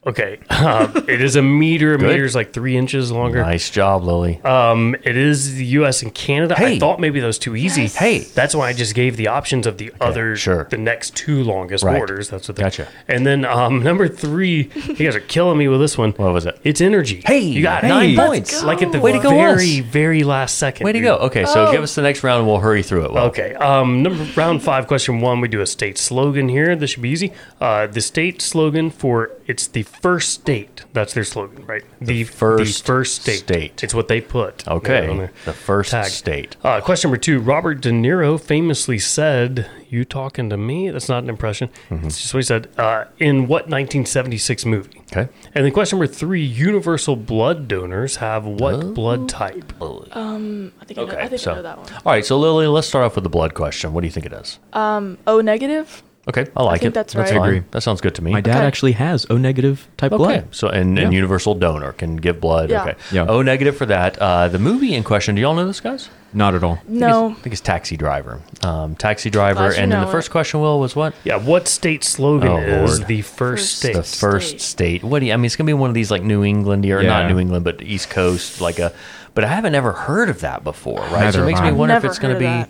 [SPEAKER 1] Okay, um, it is a meter. A
[SPEAKER 2] Good.
[SPEAKER 1] meter is like three inches longer.
[SPEAKER 2] nice job lily
[SPEAKER 1] Um, it is the U.S. and Canada. I
[SPEAKER 2] Hey.
[SPEAKER 1] thought maybe those too easy.
[SPEAKER 3] Yes. Hey.
[SPEAKER 1] that's why I just gave the options of the other,
[SPEAKER 2] sure.
[SPEAKER 1] the next two longest
[SPEAKER 2] Right.
[SPEAKER 1] borders. That's what. they-
[SPEAKER 2] Gotcha.
[SPEAKER 1] And then um, number three, you guys are killing me with this one.
[SPEAKER 2] what was it
[SPEAKER 1] It's energy.
[SPEAKER 2] Hey,
[SPEAKER 1] you got
[SPEAKER 2] hey,
[SPEAKER 1] nine
[SPEAKER 2] let's
[SPEAKER 1] points.
[SPEAKER 3] go.
[SPEAKER 1] Like at the
[SPEAKER 2] Way to go,
[SPEAKER 1] very,
[SPEAKER 2] us.
[SPEAKER 1] very last second.
[SPEAKER 2] way to
[SPEAKER 1] dude.
[SPEAKER 2] go okay so
[SPEAKER 3] Oh.
[SPEAKER 2] give us the next round and we'll hurry through it Will.
[SPEAKER 1] Okay. Um, number round five, question one. We do a state slogan here. This should be easy. Uh, the state slogan for it's the first state. That's their slogan, right? The,
[SPEAKER 2] first
[SPEAKER 1] the first state.
[SPEAKER 2] state.
[SPEAKER 1] It's what they put.
[SPEAKER 2] Okay,
[SPEAKER 1] there on their
[SPEAKER 2] the first
[SPEAKER 1] tag.
[SPEAKER 2] state.
[SPEAKER 1] Uh, question number two. Robert De Niro famously said, "You talking to me?" That's not an impression.
[SPEAKER 2] Mm-hmm.
[SPEAKER 1] It's just what he said. Uh, in what 1976 movie?
[SPEAKER 2] okay
[SPEAKER 1] And then question number three. Universal blood donors have what
[SPEAKER 2] Oh.
[SPEAKER 1] blood type?
[SPEAKER 3] I think, I, know, I think I know that one.
[SPEAKER 2] All right, so Lily, let's start off with the blood question. What do you think it is?
[SPEAKER 3] O Oh, negative.
[SPEAKER 2] Okay, I like
[SPEAKER 3] think
[SPEAKER 2] it.
[SPEAKER 3] that's
[SPEAKER 2] that's
[SPEAKER 3] right.
[SPEAKER 2] fine.
[SPEAKER 4] Agree.
[SPEAKER 2] That sounds good to me.
[SPEAKER 4] My dad actually has O negative type
[SPEAKER 2] Okay,
[SPEAKER 4] blood.
[SPEAKER 2] so and, and
[SPEAKER 4] Yeah.
[SPEAKER 2] universal donor can give blood.
[SPEAKER 3] Yeah.
[SPEAKER 2] Okay,
[SPEAKER 4] Yeah.
[SPEAKER 2] O negative for that. Uh, the movie in question. Do y'all know this, guys?
[SPEAKER 4] Not at all.
[SPEAKER 2] I
[SPEAKER 3] No.
[SPEAKER 2] think it's, I think it's Taxi Driver. Um, taxi Driver,
[SPEAKER 3] Glad you
[SPEAKER 2] and then
[SPEAKER 3] know
[SPEAKER 2] the
[SPEAKER 3] it.
[SPEAKER 2] first question, Will, was what?
[SPEAKER 1] Yeah. What state slogan
[SPEAKER 2] Oh,
[SPEAKER 1] is
[SPEAKER 2] Lord.
[SPEAKER 1] the first,
[SPEAKER 3] First
[SPEAKER 1] state?
[SPEAKER 2] The first
[SPEAKER 3] state.
[SPEAKER 2] state. What do you? I mean, it's gonna be one of these like New England or
[SPEAKER 4] Yeah.
[SPEAKER 2] not New England, but East Coast, like a. But I haven't ever heard of that before, right?
[SPEAKER 4] Neither
[SPEAKER 2] so it
[SPEAKER 4] have
[SPEAKER 2] makes me
[SPEAKER 4] I.
[SPEAKER 2] wonder
[SPEAKER 3] Never
[SPEAKER 2] if it's gonna
[SPEAKER 3] heard
[SPEAKER 2] be
[SPEAKER 3] of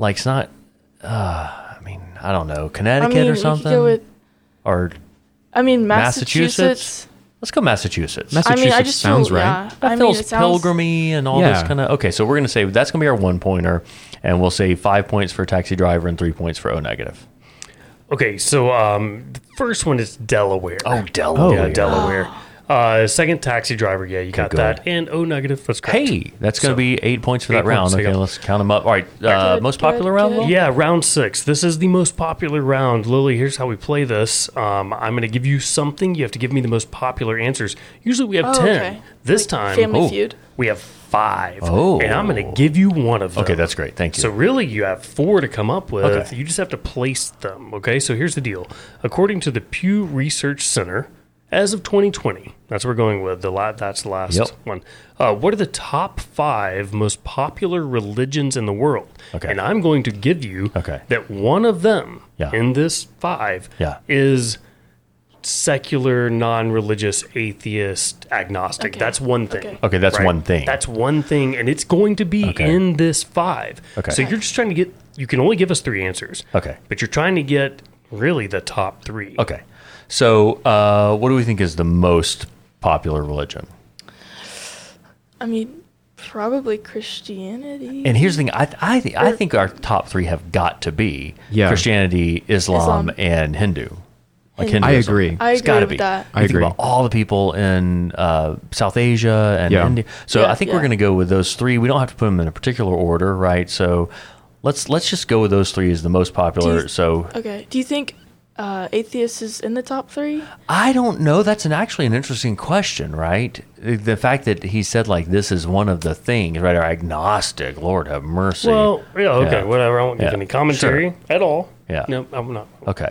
[SPEAKER 2] like it's not. Uh, I mean, I don't know,
[SPEAKER 3] I
[SPEAKER 2] Connecticut
[SPEAKER 3] mean,
[SPEAKER 2] or
[SPEAKER 3] we could
[SPEAKER 2] something,
[SPEAKER 3] go with.
[SPEAKER 2] or
[SPEAKER 3] I mean,
[SPEAKER 2] Massachusetts?
[SPEAKER 3] Massachusetts.
[SPEAKER 2] Let's go Massachusetts.
[SPEAKER 4] Massa-
[SPEAKER 3] I mean, I
[SPEAKER 4] Massachusetts
[SPEAKER 3] just
[SPEAKER 4] sounds
[SPEAKER 3] feel,
[SPEAKER 4] right.
[SPEAKER 3] Yeah.
[SPEAKER 2] that
[SPEAKER 3] I mean,
[SPEAKER 2] feels
[SPEAKER 3] it sounds.
[SPEAKER 2] pilgrimy and all this
[SPEAKER 4] Yeah.
[SPEAKER 2] kind of. Okay, so we're gonna say that's gonna be our one pointer, and we'll say five points for taxi driver and three points for O negative.
[SPEAKER 1] Okay, so um, the first one is Delaware.
[SPEAKER 3] Oh,
[SPEAKER 2] Delaware.
[SPEAKER 1] Oh, yeah, Delaware. Uh, second taxi driver. Yeah, you got
[SPEAKER 2] good.
[SPEAKER 1] that. And O negative. That's correct.
[SPEAKER 2] Hey, that's gonna
[SPEAKER 1] So-
[SPEAKER 2] be eight points for
[SPEAKER 1] Eight
[SPEAKER 2] that round.
[SPEAKER 1] points,
[SPEAKER 2] Okay,
[SPEAKER 1] yeah.
[SPEAKER 2] let's count them up. All right, uh,
[SPEAKER 3] Good,
[SPEAKER 2] most
[SPEAKER 3] good,
[SPEAKER 2] popular round.
[SPEAKER 3] good.
[SPEAKER 2] Will?
[SPEAKER 1] Yeah, round six. This is the most popular round. Lily, here's how we play this. Um, I'm going to give you something. You have to give me the most popular answers. Usually we have
[SPEAKER 3] Oh,
[SPEAKER 1] 10.
[SPEAKER 3] okay.
[SPEAKER 1] This
[SPEAKER 3] Like
[SPEAKER 1] time oh,
[SPEAKER 3] Family Feud.
[SPEAKER 1] we have five.
[SPEAKER 2] Oh.
[SPEAKER 1] And I'm going to give you one of them.
[SPEAKER 2] Okay, that's great. Thank you.
[SPEAKER 1] So really, you have four to come up with.
[SPEAKER 2] Okay.
[SPEAKER 1] You just have to place them. Okay. So here's the deal. According to the Pew Research Center, as of 2020, that's what we're going with. The la- that's the last
[SPEAKER 2] Yep.
[SPEAKER 1] one. Uh, what are the top five most popular religions in the world?
[SPEAKER 2] Okay.
[SPEAKER 1] And I'm going to give you
[SPEAKER 2] Okay.
[SPEAKER 1] that one of them
[SPEAKER 2] Yeah.
[SPEAKER 1] in this five
[SPEAKER 2] Yeah.
[SPEAKER 1] is secular, non-religious, atheist, agnostic.
[SPEAKER 3] Okay.
[SPEAKER 1] That's one thing.
[SPEAKER 3] Okay.
[SPEAKER 2] okay, that's
[SPEAKER 1] Right.
[SPEAKER 2] one thing.
[SPEAKER 1] That's one thing, and it's going to be
[SPEAKER 2] Okay.
[SPEAKER 1] in this five.
[SPEAKER 2] Okay.
[SPEAKER 1] So you're just trying to get. You can only give us three answers.
[SPEAKER 2] Okay.
[SPEAKER 1] But you're trying to get really the top three.
[SPEAKER 2] okay. So, uh, what do we think is the most popular religion?
[SPEAKER 3] I mean, probably Christianity.
[SPEAKER 2] And here's the thing: I
[SPEAKER 3] Mm-hmm.
[SPEAKER 2] I, thi- I think our top three have got to be
[SPEAKER 4] Yeah.
[SPEAKER 2] Christianity, Islam,
[SPEAKER 3] Islam.
[SPEAKER 2] and Hindu. Like
[SPEAKER 3] Hindu.
[SPEAKER 4] I
[SPEAKER 2] Hinduism.
[SPEAKER 4] agree.
[SPEAKER 3] I
[SPEAKER 2] It's
[SPEAKER 3] agree
[SPEAKER 2] got to
[SPEAKER 3] with
[SPEAKER 2] be.
[SPEAKER 3] that.
[SPEAKER 4] I
[SPEAKER 2] You think
[SPEAKER 4] agree.
[SPEAKER 2] about all the people in uh, South Asia and
[SPEAKER 4] Yeah.
[SPEAKER 2] India. So
[SPEAKER 3] Yeah,
[SPEAKER 2] I think
[SPEAKER 3] yeah.
[SPEAKER 2] we're going to go with those three. We don't have to put them in a particular order, right? So let's let's just go with those three as the most popular.
[SPEAKER 3] Do you-
[SPEAKER 2] so
[SPEAKER 3] Okay. Do you think uh, atheist is in the top three?
[SPEAKER 2] I don't know. That's an actually an interesting question, right? The fact that he said like this is one of the things, right? Or agnostic. Lord have mercy.
[SPEAKER 1] Well, yeah, okay,
[SPEAKER 2] Yeah.
[SPEAKER 1] whatever. I won't give
[SPEAKER 2] Yeah.
[SPEAKER 1] any commentary at all.
[SPEAKER 2] Yeah.
[SPEAKER 1] No, I'm not.
[SPEAKER 2] Okay.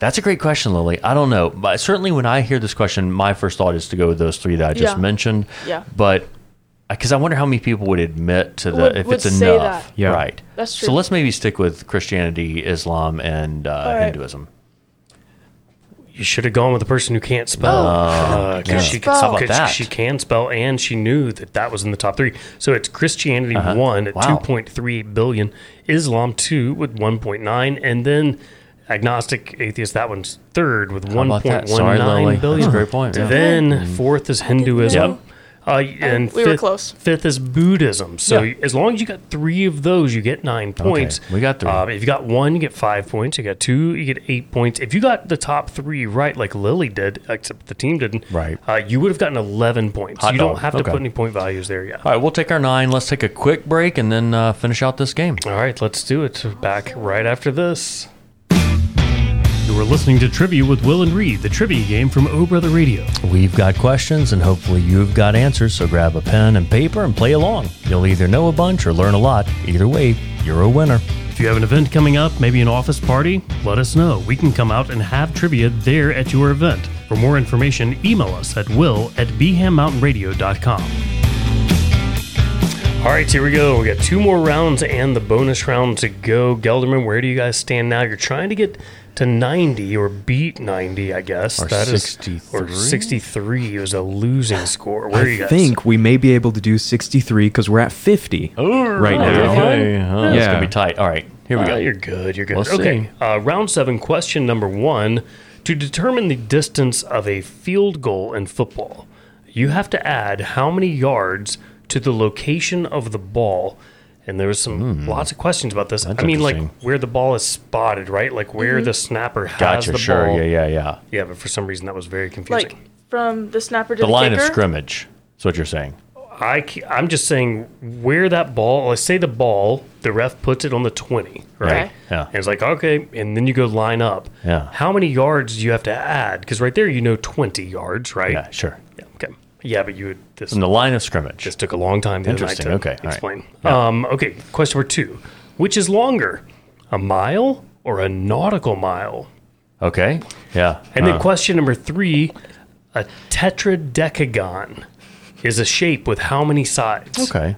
[SPEAKER 2] That's a great question, Lily. I don't know. But certainly when I hear this question, my first thought is to go with those three that I just
[SPEAKER 3] Yeah.
[SPEAKER 2] mentioned.
[SPEAKER 3] Yeah.
[SPEAKER 2] But because I wonder how many people would admit to that
[SPEAKER 3] Would-
[SPEAKER 2] if
[SPEAKER 3] would
[SPEAKER 2] it's
[SPEAKER 3] say
[SPEAKER 2] enough.
[SPEAKER 3] that.
[SPEAKER 4] Yeah.
[SPEAKER 2] Right.
[SPEAKER 3] That's
[SPEAKER 2] So
[SPEAKER 3] true.
[SPEAKER 2] let's maybe stick with Christianity, Islam, and uh,
[SPEAKER 3] right.
[SPEAKER 2] Hinduism.
[SPEAKER 1] You should have gone with the person who can't spell. Uh, 'cause
[SPEAKER 2] Oh, Yeah.
[SPEAKER 1] she,
[SPEAKER 3] How
[SPEAKER 2] about
[SPEAKER 1] 'cause
[SPEAKER 2] that?
[SPEAKER 1] she can spell, and she knew that that was in the top three. So it's Christianity one at
[SPEAKER 2] Uh-huh. Wow.
[SPEAKER 1] 2.3 billion, Islam two with 1.9, and then agnostic atheist. That one's third with
[SPEAKER 2] How about that? Sorry,
[SPEAKER 1] 1.19
[SPEAKER 2] Lily. That's a
[SPEAKER 1] billion.
[SPEAKER 2] great point. yeah.
[SPEAKER 1] Then fourth is Hinduism.
[SPEAKER 3] know.
[SPEAKER 1] Uh, and
[SPEAKER 3] we
[SPEAKER 1] fifth,
[SPEAKER 3] were close.
[SPEAKER 1] Fifth is Buddhism. So
[SPEAKER 2] Yeah.
[SPEAKER 1] as long as you got three of those, you get nine points.
[SPEAKER 2] we got three.
[SPEAKER 1] Um, if you got one, you get five points. You got two, you get eight points. If you got the top three right, like Lily did, except the team didn't,
[SPEAKER 2] Right.
[SPEAKER 1] Uh, you would have gotten eleven points.
[SPEAKER 2] Hot
[SPEAKER 1] you
[SPEAKER 2] dog.
[SPEAKER 1] don't have to
[SPEAKER 2] Okay.
[SPEAKER 1] put any point values there yet.
[SPEAKER 2] All right, we'll take our nine. Let's take a quick break and then uh, finish out this game.
[SPEAKER 1] All right, let's do it. Back right after this. You were listening to Trivia with Will and Reed, the trivia game from O Brother Radio.
[SPEAKER 2] We've got questions and hopefully you've got answers, so grab a pen and paper and play along. You'll either know a bunch or learn a lot. Either way, you're a winner.
[SPEAKER 1] If you have an event coming up, maybe an office party, let us know. We can come out and have trivia there at your event. For more information, email us at will at bhammountainradio.com. All right, here we go. We got two more rounds and the bonus round to go. Gelderman, where do you guys stand now? You're trying to get to 90 or beat 90, I guess.
[SPEAKER 2] Or
[SPEAKER 1] is-
[SPEAKER 2] 63?
[SPEAKER 1] or 63 was a losing score. Where are you
[SPEAKER 4] I
[SPEAKER 1] guys?
[SPEAKER 4] think we may be able to do 63 because we're at 50 right now.
[SPEAKER 1] Okay.
[SPEAKER 2] Oh, Yeah. It's
[SPEAKER 4] Yeah.
[SPEAKER 2] going to be tight. All right, here we
[SPEAKER 1] Uh,
[SPEAKER 2] go.
[SPEAKER 1] you're good. You're good.
[SPEAKER 2] Let's
[SPEAKER 1] okay.
[SPEAKER 2] see.
[SPEAKER 1] Uh, round seven, question number one. To determine the distance of a field goal in football, you have to add how many yards to the location of the ball. And there was some lots of questions about this. I mean, like
[SPEAKER 2] Hmm. interesting.
[SPEAKER 1] where the ball is spotted, right? Like where the snapper has
[SPEAKER 2] Gotcha,
[SPEAKER 1] the
[SPEAKER 2] sure.
[SPEAKER 1] ball.
[SPEAKER 2] Yeah, yeah, yeah.
[SPEAKER 1] Yeah, but for some reason that was very confusing.
[SPEAKER 3] Like from the snapper to
[SPEAKER 2] The
[SPEAKER 3] the,
[SPEAKER 2] line of
[SPEAKER 3] kicker?
[SPEAKER 2] scrimmage. That's what you're saying.
[SPEAKER 1] I, ca- I'm just saying where that ball, let's say the ball, the ref puts it on the 20, right?
[SPEAKER 3] Okay.
[SPEAKER 2] Yeah.
[SPEAKER 1] And it's like, okay. And then you go line up.
[SPEAKER 2] Yeah.
[SPEAKER 1] How many yards do you have to add? Because right there, you know 20 yards, right?
[SPEAKER 2] Yeah, sure.
[SPEAKER 1] Yeah, okay. Yeah, but you would, this,
[SPEAKER 2] From the line of scrimmage.
[SPEAKER 1] this took a long time the other night
[SPEAKER 2] Interesting,
[SPEAKER 1] to
[SPEAKER 2] okay, all right.
[SPEAKER 1] explain. Um, okay. Question number two Which is longer, a mile or a nautical mile?
[SPEAKER 2] Okay. Yeah.
[SPEAKER 1] And
[SPEAKER 2] Uh,
[SPEAKER 1] then question number three a tetradecagon is a shape with how many sides?
[SPEAKER 2] Okay.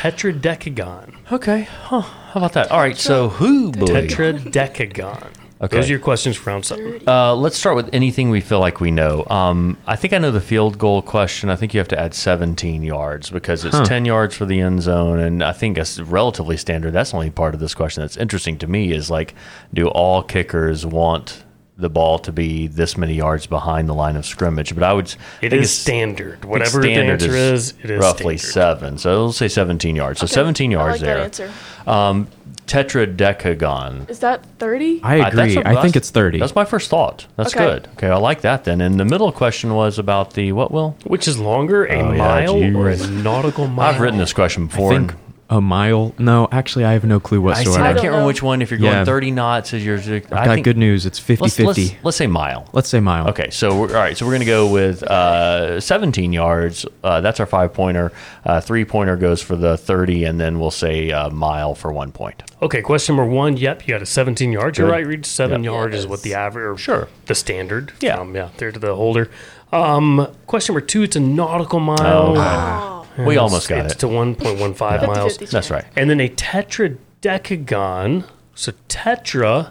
[SPEAKER 1] Tetradecagon.
[SPEAKER 2] Okay. Huh. How about that? All right. So who believe?
[SPEAKER 1] Tetradecagon.
[SPEAKER 2] Okay.
[SPEAKER 1] Those are your questions for round seven.
[SPEAKER 2] Uh, let's start with anything we feel like we know. Um, I think I know the field goal question. I think you have to add 17 yards because it's 10 yards for the end zone, and I think that's relatively standard. That's the only part of this question that's interesting to me is like, do all kickers want the ball to be this many yards behind the line of scrimmage? But I would. s- I
[SPEAKER 1] It
[SPEAKER 2] think
[SPEAKER 1] is
[SPEAKER 2] it's-
[SPEAKER 1] standard.
[SPEAKER 2] I think
[SPEAKER 1] Whatever
[SPEAKER 2] standard
[SPEAKER 1] the answer is, it is
[SPEAKER 2] roughly
[SPEAKER 1] standard.
[SPEAKER 2] seven. So let's say 17 yards. So
[SPEAKER 3] Okay,
[SPEAKER 2] 17 yards
[SPEAKER 3] I like
[SPEAKER 2] there.
[SPEAKER 3] That answer.
[SPEAKER 2] Um, tetradecagon.
[SPEAKER 3] Is that 30?
[SPEAKER 4] I
[SPEAKER 2] Uh, that's
[SPEAKER 4] agree.
[SPEAKER 2] a-
[SPEAKER 4] I think
[SPEAKER 2] that's-
[SPEAKER 4] it's 30.
[SPEAKER 2] That's my first thought. That's
[SPEAKER 3] Okay.
[SPEAKER 2] good. Okay, I like that then. And the middle question was about the what will?
[SPEAKER 1] Which is longer, a
[SPEAKER 2] Oh, yeah,
[SPEAKER 1] mile or a
[SPEAKER 2] geez.
[SPEAKER 1] nautical mile?
[SPEAKER 2] I've written this question
[SPEAKER 4] I
[SPEAKER 2] before.
[SPEAKER 4] think
[SPEAKER 2] and
[SPEAKER 4] a mile. No, actually, I have no clue
[SPEAKER 2] I, see, I
[SPEAKER 4] whatsoever.
[SPEAKER 3] I
[SPEAKER 2] can't
[SPEAKER 3] don't
[SPEAKER 2] remember
[SPEAKER 3] know.
[SPEAKER 2] which one. If you're
[SPEAKER 4] Yeah.
[SPEAKER 2] going 30 knots, is your. I
[SPEAKER 4] Got
[SPEAKER 2] think-
[SPEAKER 4] good news. It's 50
[SPEAKER 2] Let's,
[SPEAKER 4] 50.
[SPEAKER 2] let's,
[SPEAKER 4] Let's,
[SPEAKER 2] let's say mile.
[SPEAKER 4] say mile.
[SPEAKER 2] Okay, so we're, all right, so we're going to go with uh, 17 yards. Uh, that's our five pointer. Uh, three pointer goes for the 30, and then we'll say uh, mile for one point.
[SPEAKER 1] Okay, question number one. Yep, you got a 17 yards. You're
[SPEAKER 2] Good.
[SPEAKER 1] right, Reed. Seven
[SPEAKER 2] Yep.
[SPEAKER 1] yards
[SPEAKER 3] Yeah,
[SPEAKER 1] is what the average, or
[SPEAKER 2] Sure.
[SPEAKER 1] the standard.
[SPEAKER 2] Yeah.
[SPEAKER 1] Um, yeah, there to the holder. Um, question number two, it's a nautical mile.
[SPEAKER 2] okay. we Oh, almost got
[SPEAKER 1] it's
[SPEAKER 2] it.
[SPEAKER 1] to 1.15 miles.
[SPEAKER 3] 50-50
[SPEAKER 2] That's
[SPEAKER 3] chance.
[SPEAKER 2] right.
[SPEAKER 1] And then a tetradecagon. So tetra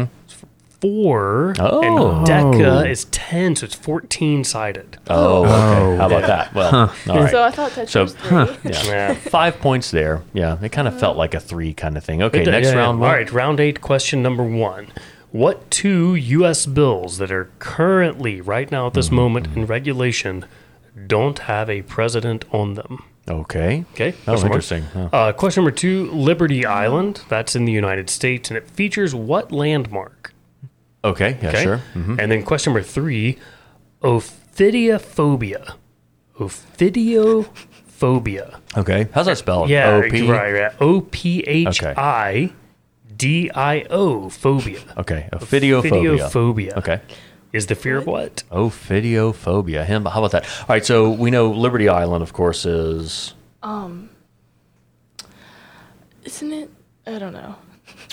[SPEAKER 1] is f- four.
[SPEAKER 2] Mm-hmm. Oh.
[SPEAKER 1] And deca is ten, so it's fourteen sided.
[SPEAKER 2] Oh, okay. How about that? Well, all right.
[SPEAKER 3] So I thought Tetris
[SPEAKER 2] So-
[SPEAKER 3] was 3.
[SPEAKER 1] Yeah.
[SPEAKER 2] five points there. Yeah, it kind of felt like a three kind of thing. Okay,
[SPEAKER 1] It does,
[SPEAKER 2] next
[SPEAKER 1] yeah, yeah.
[SPEAKER 2] round.
[SPEAKER 1] All
[SPEAKER 2] Will.
[SPEAKER 1] right, round eight, question number one. What two U.S. bills that are currently, right now at
[SPEAKER 2] Mm-hmm.
[SPEAKER 1] this moment, in regulation don't have a president on them?
[SPEAKER 2] Okay.
[SPEAKER 1] Okay.
[SPEAKER 2] Oh,
[SPEAKER 1] question one.
[SPEAKER 2] interesting. Huh.
[SPEAKER 1] Uh, question number two Liberty Island. That's in the United States, and it features what landmark?
[SPEAKER 2] Okay. Yeah.
[SPEAKER 1] Okay.
[SPEAKER 2] Sure. Mm-hmm.
[SPEAKER 1] And then question number three Ophidiophobia. Ophidiophobia.
[SPEAKER 2] Okay. How's that spelled?
[SPEAKER 1] Yeah,
[SPEAKER 2] O P.
[SPEAKER 1] right, right. O P H I D I O phobia.
[SPEAKER 2] Okay. Ophidiophobia.
[SPEAKER 1] Ophidiophobia.
[SPEAKER 2] Okay.
[SPEAKER 1] Is the fear of what?
[SPEAKER 2] Ophidiophobia. Him. How about that? All right. So we know Liberty Island, of course, is.
[SPEAKER 3] Isn't it? I don't know.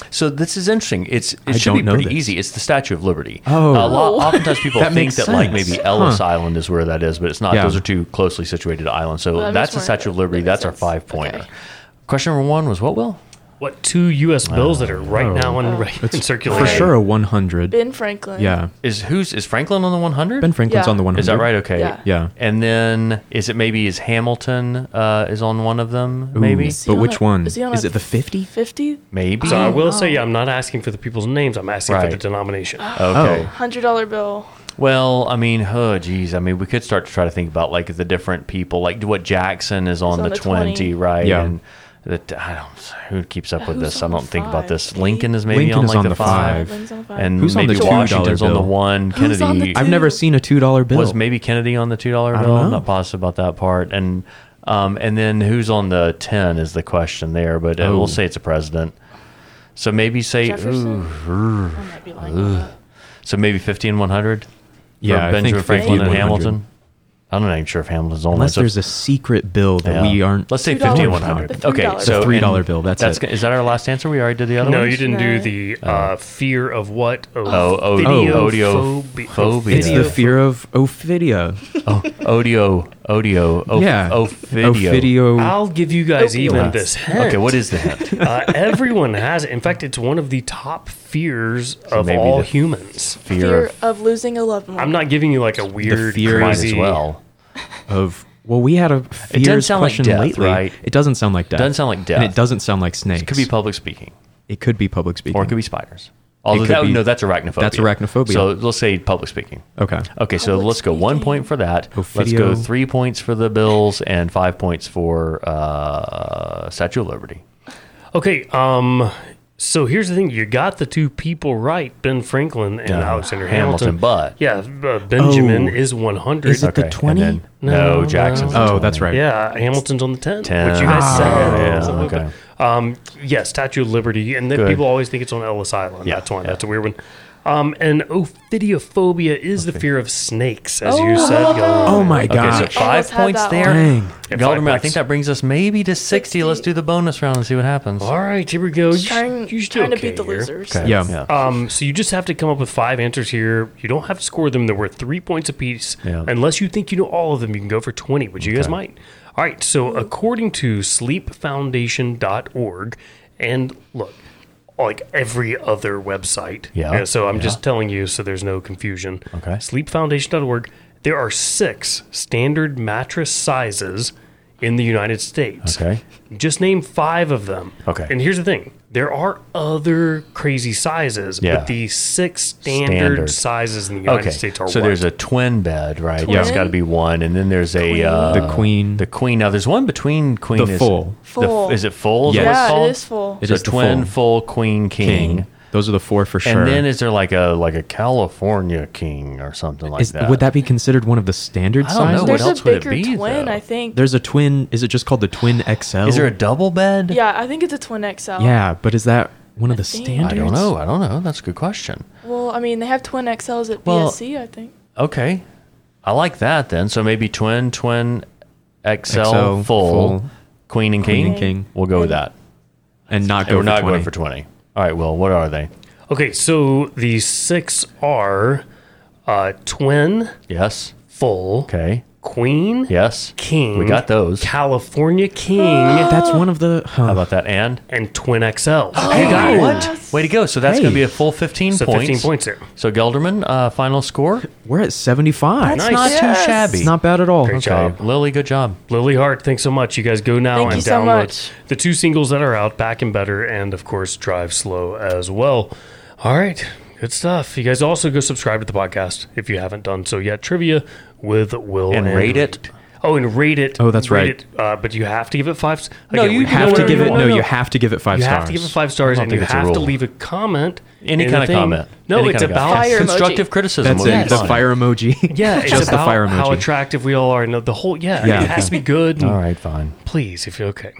[SPEAKER 2] So this is interesting. It's it
[SPEAKER 4] I
[SPEAKER 2] should
[SPEAKER 4] don't
[SPEAKER 2] be
[SPEAKER 4] know
[SPEAKER 2] pretty
[SPEAKER 4] this.
[SPEAKER 2] easy. It's the Statue of Liberty.
[SPEAKER 4] Oh.
[SPEAKER 2] a lot, oftentimes people
[SPEAKER 4] That
[SPEAKER 2] think
[SPEAKER 4] makes
[SPEAKER 2] that like maybe
[SPEAKER 4] sense.
[SPEAKER 2] Ellis Island is where that is, but it's not.
[SPEAKER 4] Yeah.
[SPEAKER 2] Those are two closely situated islands. So
[SPEAKER 3] Well, that
[SPEAKER 2] that's
[SPEAKER 3] makes
[SPEAKER 2] the
[SPEAKER 3] more-
[SPEAKER 2] Statue of
[SPEAKER 3] that
[SPEAKER 2] Liberty.
[SPEAKER 3] makes
[SPEAKER 2] That's our
[SPEAKER 3] sense.
[SPEAKER 2] five pointer.
[SPEAKER 3] Okay.
[SPEAKER 2] Question number one was what? Will
[SPEAKER 1] What two U.S. bills that are right
[SPEAKER 2] Oh.
[SPEAKER 1] now
[SPEAKER 4] Oh.
[SPEAKER 1] in, re- in
[SPEAKER 4] For
[SPEAKER 1] circulation?
[SPEAKER 4] sure, a 100.
[SPEAKER 3] Ben Franklin.
[SPEAKER 4] yeah.
[SPEAKER 2] is who's is Franklin on the one hundred?
[SPEAKER 4] Ben Franklin's
[SPEAKER 3] Yeah.
[SPEAKER 4] on the 100.
[SPEAKER 2] Is that right? Okay.
[SPEAKER 3] Yeah.
[SPEAKER 4] Yeah.
[SPEAKER 2] And then is it maybe is Hamilton uh, is on one of them? Maybe.
[SPEAKER 3] Is he
[SPEAKER 4] But
[SPEAKER 3] on
[SPEAKER 4] which
[SPEAKER 3] a-
[SPEAKER 4] one?
[SPEAKER 3] Is, he on
[SPEAKER 4] Is
[SPEAKER 3] a
[SPEAKER 4] it the 50?
[SPEAKER 3] 50?
[SPEAKER 2] Maybe.
[SPEAKER 1] So I
[SPEAKER 3] Oh,
[SPEAKER 1] will
[SPEAKER 3] no.
[SPEAKER 1] say, yeah, I'm not asking for the people's names. I'm asking
[SPEAKER 4] Oh.
[SPEAKER 2] Right.
[SPEAKER 1] for the denomination.
[SPEAKER 2] okay.
[SPEAKER 3] $100 bill.
[SPEAKER 2] Well, I mean, oh, geez. I mean, we could start to try to think about like the different people, like what Jackson is on,
[SPEAKER 3] on
[SPEAKER 2] the,
[SPEAKER 3] the
[SPEAKER 2] 20,
[SPEAKER 3] 20.
[SPEAKER 2] right?
[SPEAKER 4] Yeah.
[SPEAKER 2] And the, I don't who keeps up with
[SPEAKER 3] Who's
[SPEAKER 2] this. I
[SPEAKER 3] on the
[SPEAKER 2] don't think about
[SPEAKER 3] five?
[SPEAKER 2] this. Lincoln is maybe
[SPEAKER 4] Lincoln
[SPEAKER 2] on
[SPEAKER 4] is
[SPEAKER 2] like
[SPEAKER 4] on
[SPEAKER 2] the,
[SPEAKER 4] the
[SPEAKER 2] five,
[SPEAKER 4] five.
[SPEAKER 3] Lincoln's on five.
[SPEAKER 2] and
[SPEAKER 4] Who's on the
[SPEAKER 2] maybe
[SPEAKER 4] $2
[SPEAKER 2] Washington's on the
[SPEAKER 4] bill?
[SPEAKER 2] one.
[SPEAKER 3] Who's
[SPEAKER 2] Kennedy
[SPEAKER 3] on the
[SPEAKER 4] I've
[SPEAKER 3] Two.
[SPEAKER 4] never seen a two dollar bill.
[SPEAKER 2] was maybe Kennedy on the two dollar
[SPEAKER 4] I
[SPEAKER 2] bill.
[SPEAKER 4] don't
[SPEAKER 2] I'm
[SPEAKER 4] know.
[SPEAKER 2] not positive about that part. And um, and then who's on the ten is the question there. But uh,
[SPEAKER 4] Oh.
[SPEAKER 2] we'll say it's a president. So maybe say
[SPEAKER 3] Jefferson?
[SPEAKER 2] ooh, ooh.
[SPEAKER 3] I might be lying about that.
[SPEAKER 2] so maybe fifty and one hundred.
[SPEAKER 4] Yeah, I think
[SPEAKER 2] Benjamin Franklin
[SPEAKER 4] 50
[SPEAKER 2] and
[SPEAKER 4] and 100.
[SPEAKER 2] Hamilton. I'm not even sure if Hamilton's on
[SPEAKER 4] unless
[SPEAKER 2] there.
[SPEAKER 4] there's a secret bill that
[SPEAKER 2] Yeah.
[SPEAKER 4] we aren't.
[SPEAKER 2] Let's say
[SPEAKER 3] $2
[SPEAKER 2] fifty and
[SPEAKER 4] bill.
[SPEAKER 2] one hundred.
[SPEAKER 3] The
[SPEAKER 2] Okay,
[SPEAKER 3] $3
[SPEAKER 2] so
[SPEAKER 3] bill.
[SPEAKER 4] The $3
[SPEAKER 2] and
[SPEAKER 4] bill, that's it.
[SPEAKER 2] Is that our last answer? We already did the other
[SPEAKER 1] No,
[SPEAKER 2] ones?
[SPEAKER 1] you didn't do
[SPEAKER 3] No.
[SPEAKER 1] the uh, fear of what?
[SPEAKER 2] Oh, oh,
[SPEAKER 1] Ophidiophobia.
[SPEAKER 2] oh, ophidiophobia.
[SPEAKER 4] it's the fear of Ophidia.
[SPEAKER 2] Oh, Odio, Odio, Oph-
[SPEAKER 4] yeah,
[SPEAKER 2] Ophidio.
[SPEAKER 4] Ophidio.
[SPEAKER 1] I'll give you guys even
[SPEAKER 2] Wow.
[SPEAKER 1] this hint.
[SPEAKER 2] Okay, what is the hint?
[SPEAKER 1] uh, everyone has it. In fact, it's one of the top fears of
[SPEAKER 2] maybe
[SPEAKER 1] all
[SPEAKER 2] the-
[SPEAKER 1] humans.
[SPEAKER 2] Fear,
[SPEAKER 3] Fear
[SPEAKER 2] of
[SPEAKER 3] of losing a loved one.
[SPEAKER 1] I'm not giving you like a weird,
[SPEAKER 4] fear
[SPEAKER 2] mine
[SPEAKER 1] crazy.
[SPEAKER 2] as well.
[SPEAKER 4] Of well, we had a fears
[SPEAKER 2] sound like
[SPEAKER 4] question
[SPEAKER 2] death,
[SPEAKER 4] lately.
[SPEAKER 2] right?
[SPEAKER 4] It doesn't sound like death.
[SPEAKER 2] Doesn't sound like
[SPEAKER 4] And
[SPEAKER 2] death.
[SPEAKER 4] it doesn't sound like snakes.
[SPEAKER 2] It could be public speaking,
[SPEAKER 4] It could be public speaking.
[SPEAKER 2] or it could be spiders. Although
[SPEAKER 4] could
[SPEAKER 2] that,
[SPEAKER 4] be-
[SPEAKER 2] no, that's arachnophobia.
[SPEAKER 4] That's arachnophobia.
[SPEAKER 2] So let's say public speaking.
[SPEAKER 4] okay.
[SPEAKER 2] Okay, so
[SPEAKER 3] Public
[SPEAKER 2] let's go one
[SPEAKER 3] speaking.
[SPEAKER 2] point for that. Let's
[SPEAKER 4] Ophidio.
[SPEAKER 2] go three points for the Bills and five points for uh, Statue of Liberty.
[SPEAKER 1] Okay. Um. So here's the thing: you got the two people right, Ben Franklin and
[SPEAKER 2] Uh,
[SPEAKER 1] Alexander
[SPEAKER 2] Hamilton,
[SPEAKER 1] Hamilton.
[SPEAKER 2] but- Oh.
[SPEAKER 1] yeah, uh, Benjamin is 100.
[SPEAKER 4] Is it the
[SPEAKER 2] and
[SPEAKER 4] 20?
[SPEAKER 2] then-
[SPEAKER 1] No,
[SPEAKER 2] No,
[SPEAKER 1] no.
[SPEAKER 2] Jackson's. the
[SPEAKER 4] Oh, that's
[SPEAKER 2] 20.
[SPEAKER 4] right.
[SPEAKER 1] yeah, Hamilton's on the 10.
[SPEAKER 2] 10.
[SPEAKER 1] Which you guys
[SPEAKER 2] Ah.
[SPEAKER 1] said.
[SPEAKER 2] Yeah,
[SPEAKER 1] It's a little
[SPEAKER 2] okay.
[SPEAKER 1] bit- Um, yeah, Statue of Liberty, and then
[SPEAKER 2] Good.
[SPEAKER 1] people always think it's on Ellis Island.
[SPEAKER 2] Yeah,
[SPEAKER 1] that's one.
[SPEAKER 2] yeah.
[SPEAKER 1] That's a weird one. Um, and ophidiophobia is the fear of snakes, as you
[SPEAKER 3] Oh.
[SPEAKER 1] said. Gillian.
[SPEAKER 4] Oh my
[SPEAKER 2] Okay,
[SPEAKER 4] gosh.
[SPEAKER 2] so five
[SPEAKER 3] Almost had
[SPEAKER 2] points
[SPEAKER 3] that
[SPEAKER 2] there.
[SPEAKER 3] one.
[SPEAKER 4] Dang.
[SPEAKER 1] Yeah,
[SPEAKER 2] Galderman,
[SPEAKER 1] five
[SPEAKER 2] I think
[SPEAKER 1] points.
[SPEAKER 2] that brings us maybe to 60. Let's
[SPEAKER 3] 60.
[SPEAKER 2] do the bonus round and see what happens.
[SPEAKER 1] All right, here we go. You sh-
[SPEAKER 3] trying,
[SPEAKER 1] you should do
[SPEAKER 3] trying to
[SPEAKER 1] okay
[SPEAKER 3] beat the
[SPEAKER 1] here.
[SPEAKER 3] losers.
[SPEAKER 2] Okay.
[SPEAKER 4] Yeah.
[SPEAKER 1] Um, so you just have to come up with five answers here. You don't have to score them. There were three points apiece.
[SPEAKER 2] Yeah.
[SPEAKER 1] Unless you think you know all of them, you can go for 20, which you guys might. All right. So according to sleepfoundation.org, and look, like every other website.
[SPEAKER 2] Yeah.
[SPEAKER 1] so I'm
[SPEAKER 2] Yeah.
[SPEAKER 1] just telling you so there's no confusion.
[SPEAKER 2] Okay.
[SPEAKER 1] Sleepfoundation.org, there are six standard mattress sizes in the United States.
[SPEAKER 2] Okay.
[SPEAKER 1] Just name five of them.
[SPEAKER 2] Okay.
[SPEAKER 1] And here's the thing there are other crazy sizes,
[SPEAKER 2] Yeah.
[SPEAKER 1] but the six standard,
[SPEAKER 2] Standard.
[SPEAKER 1] sizes in the United
[SPEAKER 2] Okay.
[SPEAKER 1] States are
[SPEAKER 2] So
[SPEAKER 1] what?
[SPEAKER 2] there's a twin bed, right? There's
[SPEAKER 3] Twin.
[SPEAKER 2] got to be one. And then there's a. Uh,
[SPEAKER 4] The queen.
[SPEAKER 2] The queen. Now, there's one between queen.
[SPEAKER 4] The
[SPEAKER 2] is,
[SPEAKER 4] full.
[SPEAKER 2] the f-
[SPEAKER 3] Full.
[SPEAKER 2] is it full? is
[SPEAKER 4] Yes.
[SPEAKER 2] what it's
[SPEAKER 3] Yeah, it
[SPEAKER 2] called?
[SPEAKER 3] is full.
[SPEAKER 4] It
[SPEAKER 2] so
[SPEAKER 4] is the
[SPEAKER 2] twin,
[SPEAKER 4] full.
[SPEAKER 2] full, queen, king.
[SPEAKER 4] King. Those are the four for sure.
[SPEAKER 2] And then is there like a like a California king or something like
[SPEAKER 4] Is-
[SPEAKER 2] that?
[SPEAKER 4] would that be considered one of the standard
[SPEAKER 2] I don't know.
[SPEAKER 4] sizes?
[SPEAKER 2] what
[SPEAKER 3] There's a
[SPEAKER 2] else would it
[SPEAKER 3] bigger
[SPEAKER 2] be,
[SPEAKER 3] twin,
[SPEAKER 2] though?
[SPEAKER 3] I think.
[SPEAKER 4] There's a twin. Is it just called the twin XL?
[SPEAKER 2] Is there a double bed?
[SPEAKER 3] yeah, I think it's a twin XL.
[SPEAKER 4] Yeah, but is that one of the
[SPEAKER 3] think-
[SPEAKER 4] standards?
[SPEAKER 2] I don't know. I don't know. That's a good question.
[SPEAKER 3] Well, I mean, they have twin XLs at
[SPEAKER 2] Well-
[SPEAKER 3] BSC, I think.
[SPEAKER 2] Okay. I like that then. So maybe twin, twin, XL, full,
[SPEAKER 4] XL, full,
[SPEAKER 2] queen and king.
[SPEAKER 4] Queen and king.
[SPEAKER 2] We'll go with that.
[SPEAKER 4] And
[SPEAKER 2] And
[SPEAKER 4] not go
[SPEAKER 2] we're
[SPEAKER 4] for
[SPEAKER 2] not
[SPEAKER 4] 20.
[SPEAKER 2] going for 20. All right, Will, what are they?
[SPEAKER 1] okay, so the six are uh, twin,
[SPEAKER 2] Yes.
[SPEAKER 1] full,
[SPEAKER 2] Okay.
[SPEAKER 1] queen,
[SPEAKER 2] Yes.
[SPEAKER 1] king.
[SPEAKER 2] We got those.
[SPEAKER 1] California king
[SPEAKER 4] That's one of the.
[SPEAKER 2] How
[SPEAKER 4] Huh.
[SPEAKER 2] about that? And?
[SPEAKER 1] and twin XL.
[SPEAKER 2] Hey,
[SPEAKER 3] got it.
[SPEAKER 2] what? Way to go. So that's
[SPEAKER 4] Hey.
[SPEAKER 2] going to be a full 15
[SPEAKER 1] So
[SPEAKER 2] points.
[SPEAKER 1] 15 points there.
[SPEAKER 2] So Gelderman, uh, final score?
[SPEAKER 4] We're at 75.
[SPEAKER 1] Nice.
[SPEAKER 2] It's not
[SPEAKER 3] Yes.
[SPEAKER 2] too shabby.
[SPEAKER 4] It's not bad at all.
[SPEAKER 1] Great
[SPEAKER 4] Okay.
[SPEAKER 1] job.
[SPEAKER 2] Lily, good job.
[SPEAKER 1] Lily Hart, thanks so much. You guys go now
[SPEAKER 3] Thank
[SPEAKER 1] and
[SPEAKER 3] you so
[SPEAKER 1] download
[SPEAKER 3] much.
[SPEAKER 1] the two singles that are out, Back and Better, and of course, Drive Slow as well. All right, good stuff. You guys also go subscribe to the podcast if you haven't done so yet. Trivia with Will
[SPEAKER 2] And rate it.
[SPEAKER 1] Oh, and rate it.
[SPEAKER 4] Oh, that's
[SPEAKER 1] Rate
[SPEAKER 4] right.
[SPEAKER 1] it, uh, but you have to give it five. s-
[SPEAKER 2] No,
[SPEAKER 1] Again,
[SPEAKER 2] you
[SPEAKER 1] we-
[SPEAKER 2] can
[SPEAKER 4] Have
[SPEAKER 2] No,
[SPEAKER 4] to
[SPEAKER 2] no,
[SPEAKER 4] give
[SPEAKER 2] no,
[SPEAKER 4] it.
[SPEAKER 2] no,
[SPEAKER 4] No,
[SPEAKER 2] no.
[SPEAKER 4] you have to give it five
[SPEAKER 1] You
[SPEAKER 4] stars.
[SPEAKER 1] have to give it five stars,
[SPEAKER 2] I don't
[SPEAKER 1] and you
[SPEAKER 2] think it's a
[SPEAKER 1] have to
[SPEAKER 2] rule.
[SPEAKER 1] leave a comment.
[SPEAKER 2] Any
[SPEAKER 1] in
[SPEAKER 2] kind
[SPEAKER 1] the
[SPEAKER 2] of
[SPEAKER 1] thing.
[SPEAKER 2] comment.
[SPEAKER 1] No,
[SPEAKER 2] Any
[SPEAKER 1] it's
[SPEAKER 2] kind of
[SPEAKER 1] about
[SPEAKER 2] comment.
[SPEAKER 3] Fire emoji.
[SPEAKER 2] constructive criticism.
[SPEAKER 4] That's
[SPEAKER 2] What do you
[SPEAKER 4] it. The
[SPEAKER 2] want?
[SPEAKER 4] fire emoji.
[SPEAKER 1] Yeah, it's
[SPEAKER 4] just
[SPEAKER 1] about
[SPEAKER 4] the fire emoji.
[SPEAKER 1] how attractive we all are. No, the whole yeah,
[SPEAKER 4] Yeah.
[SPEAKER 1] it has to be good. and
[SPEAKER 2] All right, fine.
[SPEAKER 1] Please, if you're okay.